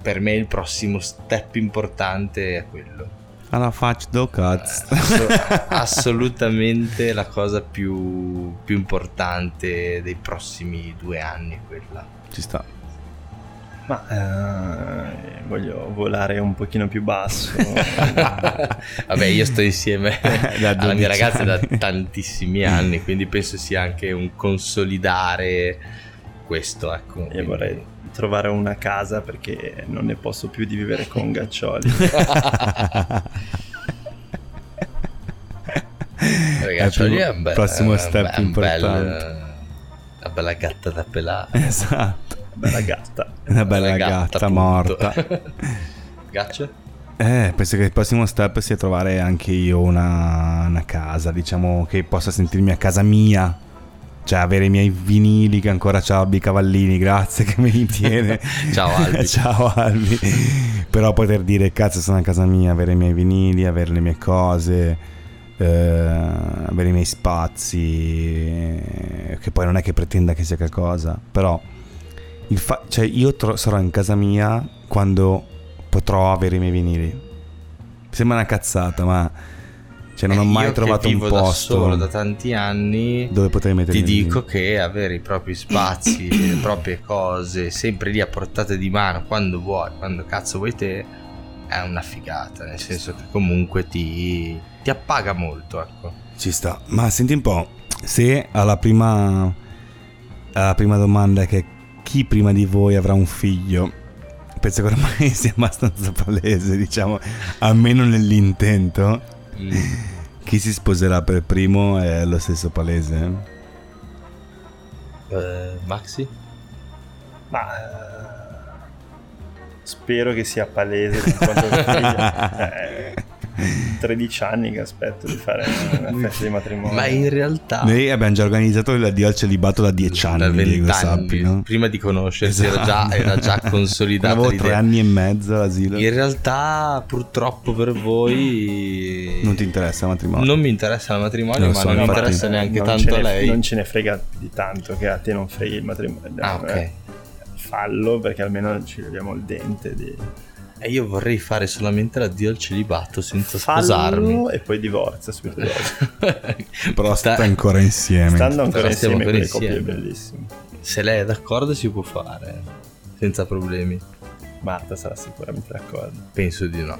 [SPEAKER 1] per me il prossimo step importante è quello.
[SPEAKER 2] Alla faccia do cazzo.
[SPEAKER 1] Eh, asso- assolutamente la cosa più, più importante dei prossimi due anni è quella.
[SPEAKER 2] Ci sta.
[SPEAKER 3] Ma eh, voglio volare un pochino più basso.
[SPEAKER 1] Vabbè, io sto insieme
[SPEAKER 2] Da
[SPEAKER 1] alla mia
[SPEAKER 2] 12
[SPEAKER 1] ragazza da
[SPEAKER 2] anni.
[SPEAKER 1] tantissimi anni, quindi penso sia anche un consolidare questo, ecco.
[SPEAKER 3] Io vorrei trovare una casa perché non ne posso più di vivere con Gaccioli.
[SPEAKER 1] Ragazzi,
[SPEAKER 2] È Eh, il
[SPEAKER 1] oggi è
[SPEAKER 2] pro-
[SPEAKER 1] un bel-
[SPEAKER 2] prossimo
[SPEAKER 1] è un
[SPEAKER 2] step
[SPEAKER 1] bel-
[SPEAKER 2] importante.
[SPEAKER 1] una bella gatta da pelare.
[SPEAKER 2] Esatto.
[SPEAKER 3] Bella gatta.
[SPEAKER 2] Una bella
[SPEAKER 1] Una
[SPEAKER 2] gatta,
[SPEAKER 1] punto.
[SPEAKER 2] morta.
[SPEAKER 1] Gaccio?
[SPEAKER 2] Eh, penso che il prossimo step sia trovare anche io una, una casa, diciamo che possa sentirmi a casa mia. Cioè avere i miei vinili che ancora c'ha Albi Cavallini, grazie che me li tiene.
[SPEAKER 1] Ciao, Albi.
[SPEAKER 2] Ciao Albi. Però poter dire cazzo sono a casa mia, avere i miei vinili, avere le mie cose, eh, avere i miei spazi, eh, che poi non è che pretenda che sia qualcosa, però il fa- cioè, io tro- sarò in casa mia quando potrò avere i miei vinili. Sembra una cazzata, ma cioè, non ho
[SPEAKER 1] Eh, io
[SPEAKER 2] mai
[SPEAKER 1] che
[SPEAKER 2] trovato un
[SPEAKER 1] vivo da solo
[SPEAKER 2] posto
[SPEAKER 1] da tanti anni.
[SPEAKER 2] dove potrei mettere i
[SPEAKER 1] Ti
[SPEAKER 2] miei
[SPEAKER 1] dico
[SPEAKER 2] vinili.
[SPEAKER 1] che avere i propri spazi, le proprie cose, sempre lì a portata di mano quando vuoi, quando cazzo vuoi te, è una figata, nel senso che comunque ti, ti appaga molto, ecco.
[SPEAKER 2] Ci sta. Ma senti un po', se alla prima, alla prima domanda che chi prima di voi avrà un figlio, penso che ormai sia abbastanza palese, diciamo, almeno nell'intento,
[SPEAKER 1] Mm.
[SPEAKER 2] chi si sposerà per primo è lo stesso palese.
[SPEAKER 1] Eh, Maxi?
[SPEAKER 3] Ma eh, spero che sia palese per quanto riguarda- eh, 13 anni che aspetto di fare una festa di matrimonio.
[SPEAKER 1] Ma in realtà...
[SPEAKER 2] Noi abbiamo già organizzato l'addio al celibato da 10 anni,
[SPEAKER 1] da
[SPEAKER 2] Diego,
[SPEAKER 1] 20 anni,
[SPEAKER 2] sappi, no?
[SPEAKER 1] prima di conoscersi era, già,
[SPEAKER 2] Esatto.
[SPEAKER 1] era già consolidata
[SPEAKER 2] Avevo
[SPEAKER 1] l'idea.
[SPEAKER 2] tre anni e mezzo all'asilo.
[SPEAKER 1] In realtà purtroppo per voi...
[SPEAKER 2] Non ti interessa il matrimonio?
[SPEAKER 1] Non mi interessa il matrimonio,
[SPEAKER 2] Lo
[SPEAKER 1] ma
[SPEAKER 2] so,
[SPEAKER 1] non mi
[SPEAKER 2] infatti.
[SPEAKER 1] interessa neanche
[SPEAKER 3] non ce
[SPEAKER 1] tanto a
[SPEAKER 3] ne-
[SPEAKER 1] lei.
[SPEAKER 3] Non ce ne frega di tanto che a te non freghi il matrimonio. Eh,
[SPEAKER 1] Ah, ok.
[SPEAKER 3] Fallo perché almeno ci leviamo il dente di
[SPEAKER 1] E io vorrei fare solamente l'addio al celibato senza
[SPEAKER 3] fallo
[SPEAKER 1] sposarmi.
[SPEAKER 3] e poi divorzia subito dopo.
[SPEAKER 2] Però sta
[SPEAKER 1] Sta-
[SPEAKER 2] ancora insieme.
[SPEAKER 3] Stando ancora
[SPEAKER 1] Però stiamo
[SPEAKER 3] insieme con le
[SPEAKER 1] ancora
[SPEAKER 3] coppie
[SPEAKER 1] insieme.
[SPEAKER 3] bellissime.
[SPEAKER 1] Se lei è d'accordo si può fare, senza problemi.
[SPEAKER 3] Marta sarà sicuramente d'accordo.
[SPEAKER 1] Penso di no.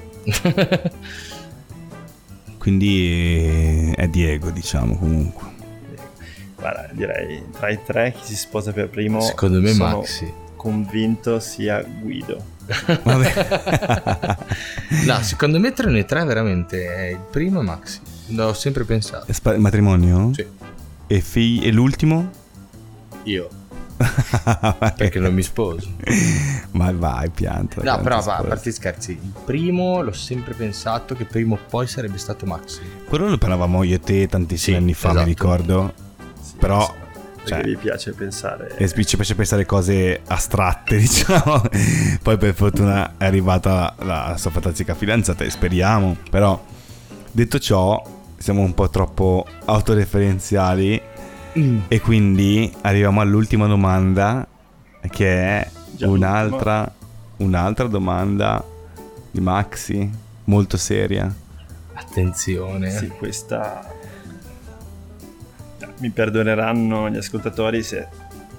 [SPEAKER 2] Quindi eh, è Diego, diciamo comunque.
[SPEAKER 3] Guarda, direi tra i tre chi si sposa per primo
[SPEAKER 1] Secondo me
[SPEAKER 3] sono
[SPEAKER 1] Maxi.
[SPEAKER 3] convinto sia Guido.
[SPEAKER 2] Vabbè.
[SPEAKER 1] No, secondo me tra noi tre veramente è il primo e Maxi. L'ho sempre pensato.
[SPEAKER 2] Spa- matrimonio?
[SPEAKER 1] Sì,
[SPEAKER 2] E, figli- e l'ultimo?
[SPEAKER 1] io. Perché non mi sposo.
[SPEAKER 2] Ma vai, pianta.
[SPEAKER 1] No,
[SPEAKER 2] pianta,
[SPEAKER 1] però va, a
[SPEAKER 2] sposa.
[SPEAKER 1] parte gli scherzi. Il primo l'ho sempre pensato che prima o poi sarebbe stato Maxi.
[SPEAKER 2] Quello lo parlavamo io e te tantissimi
[SPEAKER 1] Sì,
[SPEAKER 2] anni fa,
[SPEAKER 1] esatto.
[SPEAKER 2] mi ricordo.
[SPEAKER 3] Sì,
[SPEAKER 2] Però,
[SPEAKER 3] so, perché
[SPEAKER 2] cioè-
[SPEAKER 3] vi piace pensare
[SPEAKER 2] E sp- ci piace pensare cose astratte, diciamo. Poi per fortuna è arrivata la sua fantastica fidanzata, e speriamo. Però, detto ciò, siamo un po' troppo autoreferenziali e quindi arriviamo all'ultima domanda che è
[SPEAKER 3] Già
[SPEAKER 2] un'altra, un'altra domanda di Maxi, molto seria.
[SPEAKER 1] Attenzione. eh.
[SPEAKER 3] Sì, questa mi perdoneranno gli ascoltatori se è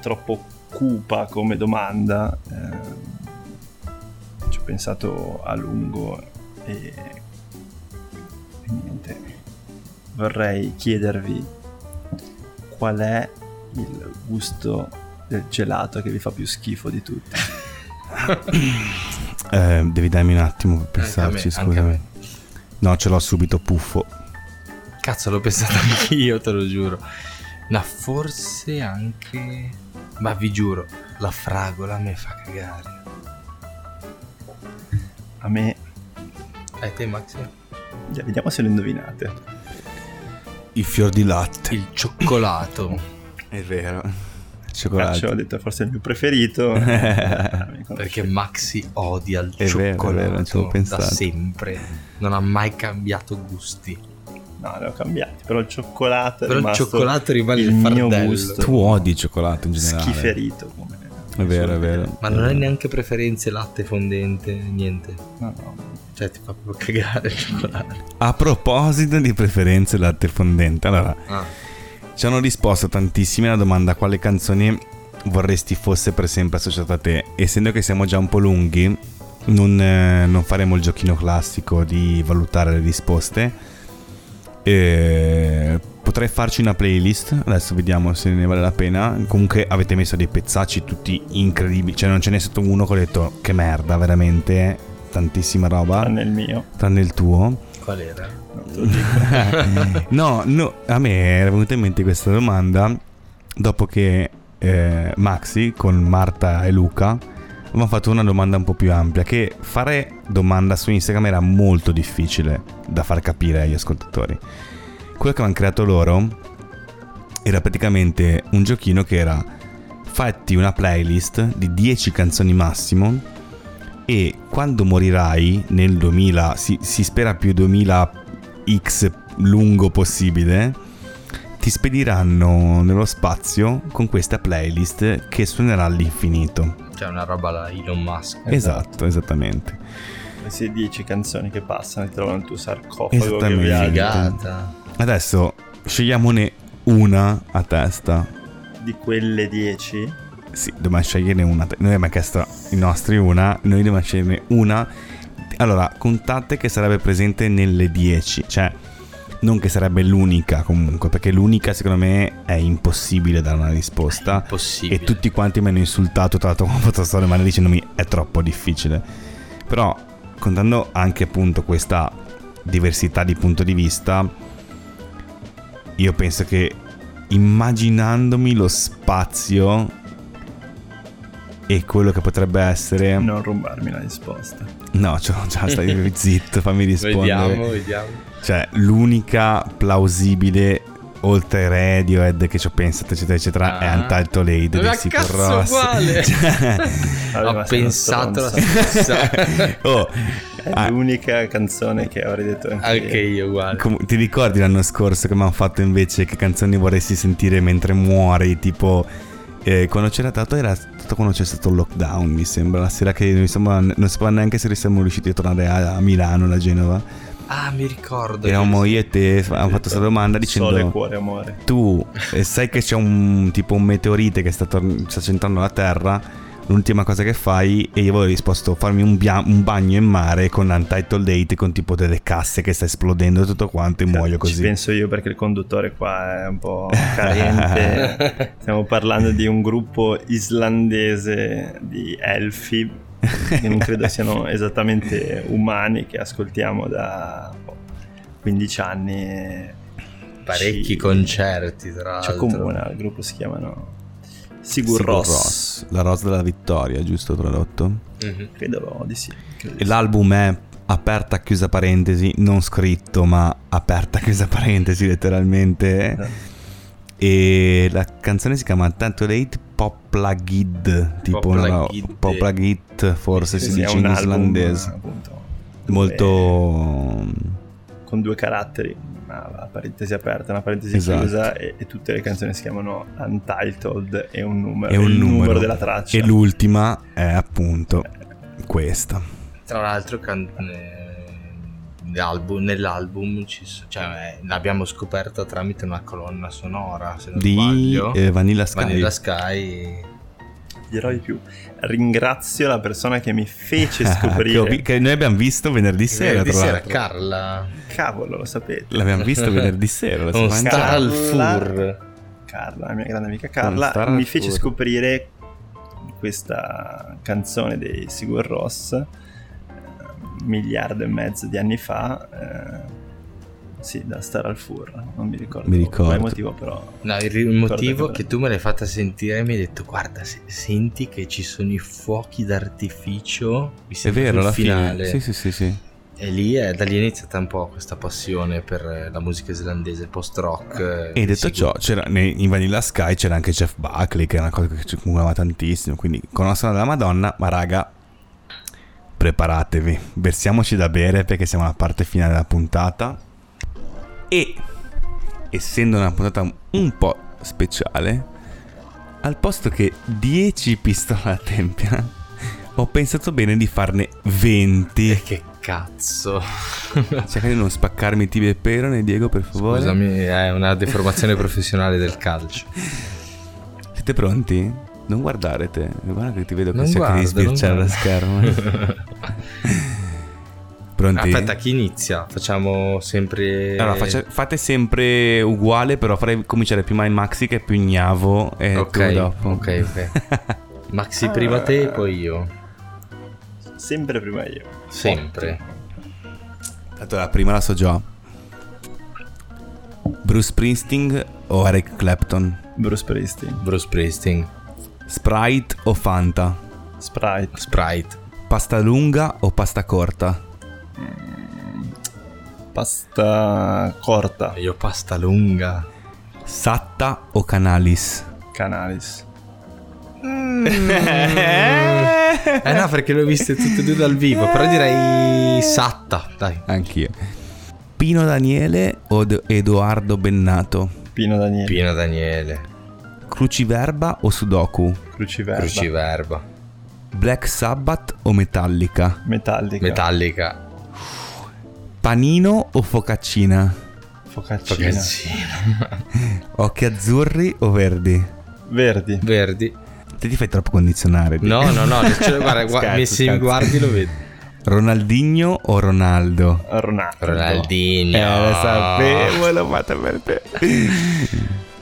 [SPEAKER 3] troppo cupa come domanda. ehm, ci ho pensato a lungo e, e niente. Vorrei chiedervi qual è il gusto del gelato che vi fa più schifo di tutti.
[SPEAKER 2] Eh, devi darmi un attimo per pensarci,
[SPEAKER 1] me, anche a
[SPEAKER 2] scusami. No, ce l'ho subito, puffo.
[SPEAKER 1] Cazzo, l'ho pensato anch'io, te lo giuro. Ma forse anche. Ma vi giuro, la fragola mi fa cagare.
[SPEAKER 3] A me,
[SPEAKER 1] E te, Max?
[SPEAKER 3] vediamo se lo indovinate.
[SPEAKER 2] Il fior di latte.
[SPEAKER 1] Il cioccolato.
[SPEAKER 2] È vero.
[SPEAKER 3] Caccio, ho
[SPEAKER 2] Cioccolato.
[SPEAKER 3] detto forse il mio preferito. Eh, mi conosce.
[SPEAKER 1] Perché Maxi odia il
[SPEAKER 2] È vero, è
[SPEAKER 1] cioccolato
[SPEAKER 2] vero, non ci avevo
[SPEAKER 1] da
[SPEAKER 2] pensato.
[SPEAKER 1] sempre. Non ha mai cambiato gusti.
[SPEAKER 3] No, le ho cambiati, però il cioccolato è
[SPEAKER 1] Però il
[SPEAKER 3] rimasto
[SPEAKER 1] cioccolato rimane il,
[SPEAKER 3] mio
[SPEAKER 1] fardello.
[SPEAKER 3] gusto.
[SPEAKER 2] Tu odi il cioccolato in generale.
[SPEAKER 3] schiferito. Come
[SPEAKER 2] È vero, è vero.
[SPEAKER 1] Ma non hai neanche preferenze latte fondente, niente.
[SPEAKER 3] No, no.
[SPEAKER 1] Cioè, ti fa proprio cagare il cioccolato.
[SPEAKER 2] A proposito di preferenze latte fondente, allora
[SPEAKER 1] Ah,
[SPEAKER 2] ci hanno risposto tantissimi alla domanda quale canzone vorresti fosse per sempre associata a te. Essendo che siamo già un po' lunghi, non, eh, non faremo il giochino classico di valutare le risposte. Eh, potrei farci una playlist, adesso vediamo se ne vale la pena. Comunque avete messo dei pezzacci tutti incredibili, cioè non ce n'è stato uno che ho detto che merda, veramente, tantissima roba,
[SPEAKER 3] Tranne il mio.
[SPEAKER 2] tranne il tuo.
[SPEAKER 1] qual era?
[SPEAKER 3] Non te lo dico.
[SPEAKER 2] no, no, a me era venuta in mente questa domanda dopo che eh, Maxi con Marta e Luca avevano fatto una domanda un po' più ampia che fare domanda su Instagram era molto difficile da far capire agli ascoltatori. Quello che avevano creato loro era praticamente un giochino che era fatti una playlist di 10 canzoni massimo e quando morirai nel 2000 si, si spera più 2000 x lungo possibile ti spediranno nello spazio con questa playlist che suonerà all'infinito
[SPEAKER 1] Cioè, una roba alla Elon Musk.
[SPEAKER 2] esatto esattamente
[SPEAKER 3] Queste 10 canzoni che passano ti trovano il tuo sarcofago che
[SPEAKER 2] Esattamente.
[SPEAKER 3] viaggia.
[SPEAKER 1] Figata.
[SPEAKER 2] adesso scegliamone una a testa
[SPEAKER 3] Di quelle 10,
[SPEAKER 2] Sì, dobbiamo sceglierne una. Noi abbiamo chiesto i nostri una, noi dobbiamo sceglierne una. Allora, contate che sarebbe presente nelle 10, cioè non che sarebbe l'unica comunque, perché l'unica secondo me è impossibile dare una risposta.
[SPEAKER 1] Possibile.
[SPEAKER 2] E tutti quanti mi hanno insultato, tra l'altro, quando ho fatto storia male dicendomi è troppo difficile. Però, contando anche appunto questa diversità di punto di vista, io penso che immaginandomi lo spazio e quello che potrebbe essere... No,
[SPEAKER 3] Non rubarmi la risposta.
[SPEAKER 2] cioè, già stai zitto, fammi rispondere.
[SPEAKER 1] Vediamo, vediamo.
[SPEAKER 2] Cioè, l'unica plausibile oltre Radiohead che ci ho pensato, eccetera, eccetera, è
[SPEAKER 1] Ah.
[SPEAKER 2] Antal Tolade dei
[SPEAKER 1] Ma
[SPEAKER 2] Sigur
[SPEAKER 1] cazzo,
[SPEAKER 2] Rós.
[SPEAKER 1] uguale!
[SPEAKER 2] Cioè,
[SPEAKER 3] Vabbè,
[SPEAKER 1] Ho
[SPEAKER 3] ma sei uno
[SPEAKER 1] pensato la
[SPEAKER 3] stronzo.
[SPEAKER 1] stessa.
[SPEAKER 2] oh,
[SPEAKER 3] È
[SPEAKER 2] ah,
[SPEAKER 3] l'unica canzone che avrei detto anche
[SPEAKER 1] Anche io, uguale.
[SPEAKER 2] com- ti ricordi l'anno scorso che mi hanno fatto invece che canzoni vorresti sentire mentre muori? Tipo, eh, quando c'era tanto, era stato quando c'è stato il lockdown, mi sembra, la sera che non, sembra- non sapevamo neanche se siamo riusciti a tornare a, a Milano, da Genova.
[SPEAKER 1] Ah, mi ricordo.
[SPEAKER 2] Eravamo io e te, abbiamo fatto questa domanda dicendo...
[SPEAKER 3] Sole, cuore, amore.
[SPEAKER 2] tu eh, sai che c'è un tipo un meteorite che sta, tor- sta centrando la Terra. L'ultima cosa che fai, e io avevo risposto, farmi un, bia- un bagno in mare con Untitled Date, con tipo delle casse che sta esplodendo e tutto quanto, e muoio
[SPEAKER 3] Cioè, Ci
[SPEAKER 2] così.
[SPEAKER 3] penso io perché il conduttore qua è un po' carente. Stiamo parlando di un gruppo islandese di elfi, che non credo siano esattamente umani, che ascoltiamo da boh, 15 anni. e
[SPEAKER 1] Parecchi
[SPEAKER 3] ci-
[SPEAKER 1] concerti, tra
[SPEAKER 3] Ci
[SPEAKER 1] l'altro.
[SPEAKER 3] accomuna, il gruppo si chiamano Sigur,
[SPEAKER 2] Sigur
[SPEAKER 3] Rós.
[SPEAKER 2] Rós, La Ross della Vittoria, giusto tradotto?
[SPEAKER 1] Mhm.
[SPEAKER 3] Credo di sì. credo di
[SPEAKER 2] E l'album è aperta chiusa parentesi, non scritto, ma aperta chiusa parentesi letteralmente. E la canzone si chiama Tanto Late Poplagid, tipo una ro-
[SPEAKER 1] Poplagid.
[SPEAKER 2] Poplagid forse
[SPEAKER 3] sì.
[SPEAKER 2] si
[SPEAKER 3] Sì, è
[SPEAKER 2] dice
[SPEAKER 3] un
[SPEAKER 2] in
[SPEAKER 3] album,
[SPEAKER 2] islandese.
[SPEAKER 3] appunto,
[SPEAKER 2] Molto...
[SPEAKER 3] dove- con due caratteri, una la parentesi aperta, una parentesi
[SPEAKER 2] Esatto.
[SPEAKER 3] chiusa e, e tutte le canzoni si chiamano Untitled e un numero,
[SPEAKER 2] è un
[SPEAKER 3] il
[SPEAKER 2] numero.
[SPEAKER 3] della traccia.
[SPEAKER 2] E l'ultima è appunto questa.
[SPEAKER 1] Tra l'altro, can- eh, album- nell'album ci so- cioè, eh, l'abbiamo scoperta tramite una colonna sonora. Se non
[SPEAKER 2] Di
[SPEAKER 1] sbaglio,
[SPEAKER 2] eh, Vanilla Sky.
[SPEAKER 1] Vanilla Sky.
[SPEAKER 3] Dirò di più. Ringrazio la persona che mi fece
[SPEAKER 2] Ah, che, ho vi-
[SPEAKER 3] scoprire.
[SPEAKER 2] che noi abbiamo visto venerdì sera,
[SPEAKER 1] Venerdì
[SPEAKER 2] tra
[SPEAKER 1] sera,
[SPEAKER 2] l'altro.
[SPEAKER 1] Carla.
[SPEAKER 3] Cavolo, lo sapete.
[SPEAKER 2] L'abbiamo visto venerdì sera. la
[SPEAKER 1] Non
[SPEAKER 2] settimana
[SPEAKER 1] sta
[SPEAKER 2] scorsa.
[SPEAKER 1] al
[SPEAKER 3] Carla.
[SPEAKER 1] fur.
[SPEAKER 3] Carla, la mia grande amica
[SPEAKER 2] Star
[SPEAKER 3] Carla, mi fece
[SPEAKER 2] Food.
[SPEAKER 3] scoprire questa canzone dei Sigur Ross eh, un miliardo e mezzo di anni fa. eh, sì, da Star al Fur, non mi ricordo.
[SPEAKER 2] Mi ricordo.
[SPEAKER 3] per quale motivo però.
[SPEAKER 1] No, il ri- motivo è che tu me l'hai fatta sentire e mi hai detto guarda se- senti che ci sono i fuochi d'artificio mi
[SPEAKER 2] È
[SPEAKER 1] sembra
[SPEAKER 2] vero,
[SPEAKER 1] sul
[SPEAKER 2] alla
[SPEAKER 1] Cioè, finale
[SPEAKER 2] fine. Sì, sì, sì, sì.
[SPEAKER 1] e lì è, da lì è iniziata un po' questa passione per eh, la musica islandese eh, post rock
[SPEAKER 2] E detto ciò, c'era, nei- in Vanilla Sky c'era anche Jeff Buckley, che è una cosa che ci accumulava tantissimo. Quindi con la storia della Madonna, ma raga, preparatevi, versiamoci da bere perché siamo alla parte finale della puntata. E essendo una puntata un po' speciale, al posto che 10 pistole a tempia, ho pensato bene di farne 20.
[SPEAKER 1] e che cazzo
[SPEAKER 2] Cerca di non spaccarmi tibia e perone, Diego, per favore.
[SPEAKER 1] scusami è una deformazione professionale del calcio
[SPEAKER 2] Siete pronti? Non guardare te, guarda che ti vedo che
[SPEAKER 1] Non
[SPEAKER 2] cerchi di
[SPEAKER 1] guardo, non
[SPEAKER 2] sbirciare lo
[SPEAKER 1] guardo.
[SPEAKER 2] schermo. Pronti?
[SPEAKER 1] aspetta chi inizia facciamo sempre
[SPEAKER 2] Allora, faccia- fate sempre uguale, però farei cominciare prima il Maxi che è più ignavo e
[SPEAKER 1] ok
[SPEAKER 2] tu dopo.
[SPEAKER 1] ok ok Maxi prima te e poi io
[SPEAKER 3] Sempre prima io.
[SPEAKER 1] sempre
[SPEAKER 2] Tanto la prima la so già. Bruce Springsteen o Eric Clapton?
[SPEAKER 3] Bruce Springsteen,
[SPEAKER 1] Bruce Springsteen
[SPEAKER 2] Sprite o Fanta?
[SPEAKER 3] Sprite,
[SPEAKER 1] Sprite
[SPEAKER 2] Pasta lunga o pasta corta?
[SPEAKER 3] pasta corta,
[SPEAKER 1] Io pasta lunga.
[SPEAKER 2] Satta o Canalis?
[SPEAKER 3] Canalis.
[SPEAKER 1] Eh no, perché le ho viste tutte e due dal vivo, però direi satta, dai.
[SPEAKER 2] Anch'io. Pino Daniele o D- Edoardo Bennato?
[SPEAKER 3] Pino Daniele,
[SPEAKER 1] Pino Daniele,
[SPEAKER 2] Cruciverba o Sudoku?
[SPEAKER 3] Cruciverba,
[SPEAKER 1] Cruciverba,
[SPEAKER 2] Black Sabbath o Metallica?
[SPEAKER 3] Metallica,
[SPEAKER 1] Metallica,
[SPEAKER 2] Panino o Focaccina?
[SPEAKER 3] Focaccina,
[SPEAKER 1] Focaccino,
[SPEAKER 2] Occhi azzurri o verdi?
[SPEAKER 3] Verdi,
[SPEAKER 1] Verdi.
[SPEAKER 2] Te ti fai troppo condizionare. Diego.
[SPEAKER 1] No, no, no, cioè, guarda, gua-
[SPEAKER 2] Scherzo,
[SPEAKER 1] mi- se mi
[SPEAKER 2] scherzo.
[SPEAKER 1] guardi lo vedi.
[SPEAKER 2] Ronaldinho o Ronaldo?
[SPEAKER 3] Ronaldo,
[SPEAKER 1] Ronaldinho.
[SPEAKER 2] Eh,
[SPEAKER 3] Ah.
[SPEAKER 2] lo sapevo, l'ho fatta per te.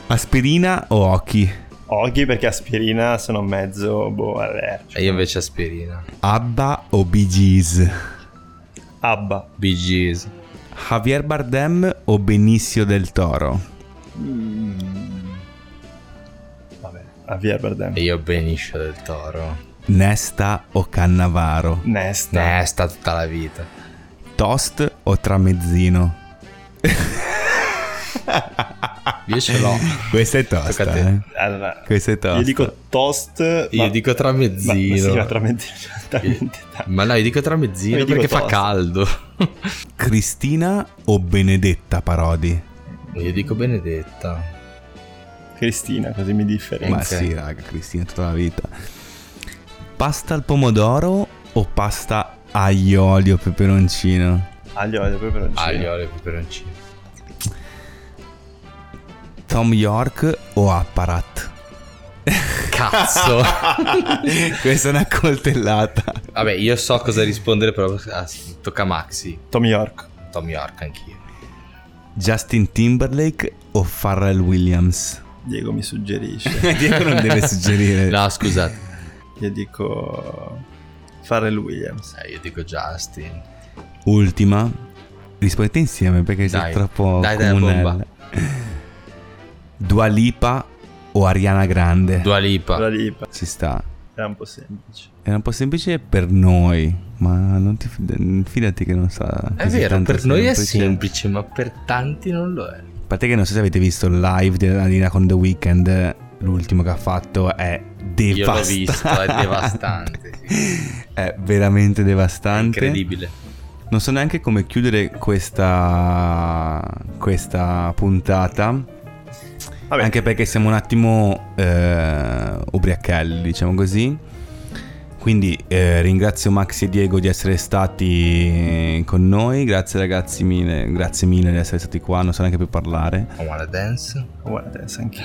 [SPEAKER 2] Aspirina o occhi?
[SPEAKER 3] Oggi perché aspirina sono mezzo boh, allergico.
[SPEAKER 1] E io invece aspirina.
[SPEAKER 2] Abba o Bee Gees?
[SPEAKER 3] Abba,
[SPEAKER 1] Bee Gees.
[SPEAKER 2] Javier Bardem o Benicio del Toro?
[SPEAKER 3] vabbè, a via Bardem.
[SPEAKER 1] E io Benicio del Toro.
[SPEAKER 2] Nesta o Cannavaro?
[SPEAKER 3] Nesta.
[SPEAKER 1] Eh, sta tutta la vita.
[SPEAKER 2] Toast o tramezzino?
[SPEAKER 1] Io ce l'ho.
[SPEAKER 2] Questa è
[SPEAKER 1] Tocca a
[SPEAKER 2] tosta,
[SPEAKER 1] te.
[SPEAKER 2] eh.
[SPEAKER 3] Allora,
[SPEAKER 2] Questa è tosta.
[SPEAKER 3] io dico toast.
[SPEAKER 1] Io dico
[SPEAKER 3] ma- ma- ma si
[SPEAKER 1] tramezzino.
[SPEAKER 3] chiama
[SPEAKER 1] Ma,
[SPEAKER 3] tramezzino, talmente tanto.
[SPEAKER 1] no, io dico tramezzino
[SPEAKER 3] Io dico
[SPEAKER 1] perché fa
[SPEAKER 3] tosta.
[SPEAKER 1] caldo.
[SPEAKER 2] Cristina o Benedetta Parodi?
[SPEAKER 1] Io dico benedetta.
[SPEAKER 3] Cristina, così mi differenza.
[SPEAKER 2] Ma
[SPEAKER 1] Ok.
[SPEAKER 2] sì, raga, Cristina tutta la vita. Pasta al pomodoro o pasta aglio, olio, peperoncino?
[SPEAKER 3] Aglio, olio, peperoncino.
[SPEAKER 1] Aglio, olio e peperoncino.
[SPEAKER 2] Tom York o Apparat?
[SPEAKER 1] Cazzo.
[SPEAKER 2] Questa è una coltellata.
[SPEAKER 1] Vabbè, io so cosa rispondere, però ah, sì, tocca a Maxi.
[SPEAKER 3] Tom York.
[SPEAKER 1] Tom York anch'io.
[SPEAKER 2] Justin Timberlake o Pharrell Williams?
[SPEAKER 3] Diego mi suggerisce.
[SPEAKER 2] Diego non deve suggerire.
[SPEAKER 1] No, scusate.
[SPEAKER 3] Io dico Pharrell Williams.
[SPEAKER 1] Eh, io dico Justin.
[SPEAKER 2] Ultima. Rispondete insieme perché siete
[SPEAKER 1] Dai.
[SPEAKER 2] troppo
[SPEAKER 1] Dai, dai,
[SPEAKER 2] comunelle.
[SPEAKER 1] bomba.
[SPEAKER 2] Dua Lipa o Ariana Grande?
[SPEAKER 1] Dua Lipa.
[SPEAKER 3] La Lipa
[SPEAKER 2] Ci sta.
[SPEAKER 3] era un po' semplice.
[SPEAKER 2] Era un po' semplice per noi, ma non ti fid- fidati che non sa.
[SPEAKER 1] È
[SPEAKER 2] così
[SPEAKER 1] vero,
[SPEAKER 2] tanto
[SPEAKER 1] per noi è
[SPEAKER 2] semplice.
[SPEAKER 1] semplice, ma per tanti non lo è.
[SPEAKER 2] A parte che non so se avete visto il live della Lina con The Weeknd, l'ultimo che ha fatto è devastante.
[SPEAKER 1] Io l'ho visto, è devastante. sì.
[SPEAKER 2] È veramente devastante.
[SPEAKER 1] Incredibile.
[SPEAKER 2] Non so neanche come chiudere questa, questa puntata.
[SPEAKER 3] Vabbè,
[SPEAKER 2] Anche perché siamo un attimo eh, ubriachelli, diciamo così. Quindi eh, ringrazio Max e Diego di essere stati eh, con noi. Grazie ragazzi mille, grazie mille di essere stati qua, non so neanche più parlare.
[SPEAKER 1] Oh, ma la dance?
[SPEAKER 3] guarda adesso anche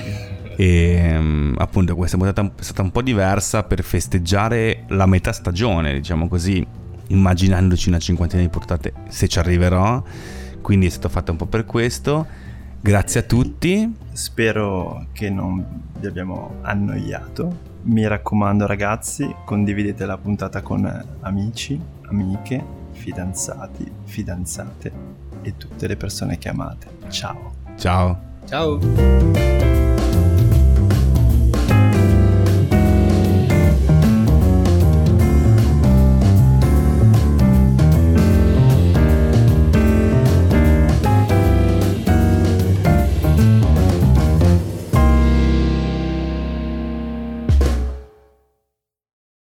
[SPEAKER 2] E ehm, appunto questa puntata è stata un po' diversa per festeggiare la metà stagione, diciamo così, immaginandoci una cinquantina di portate se ci arriverò. Quindi è stato fatto un po' per questo. Grazie a tutti.
[SPEAKER 3] Spero che non vi abbiamo annoiato. Mi raccomando ragazzi, condividete la puntata con amici, amiche, fidanzati, fidanzate e tutte le persone che amate. Ciao.
[SPEAKER 2] Ciao.
[SPEAKER 1] Ciao.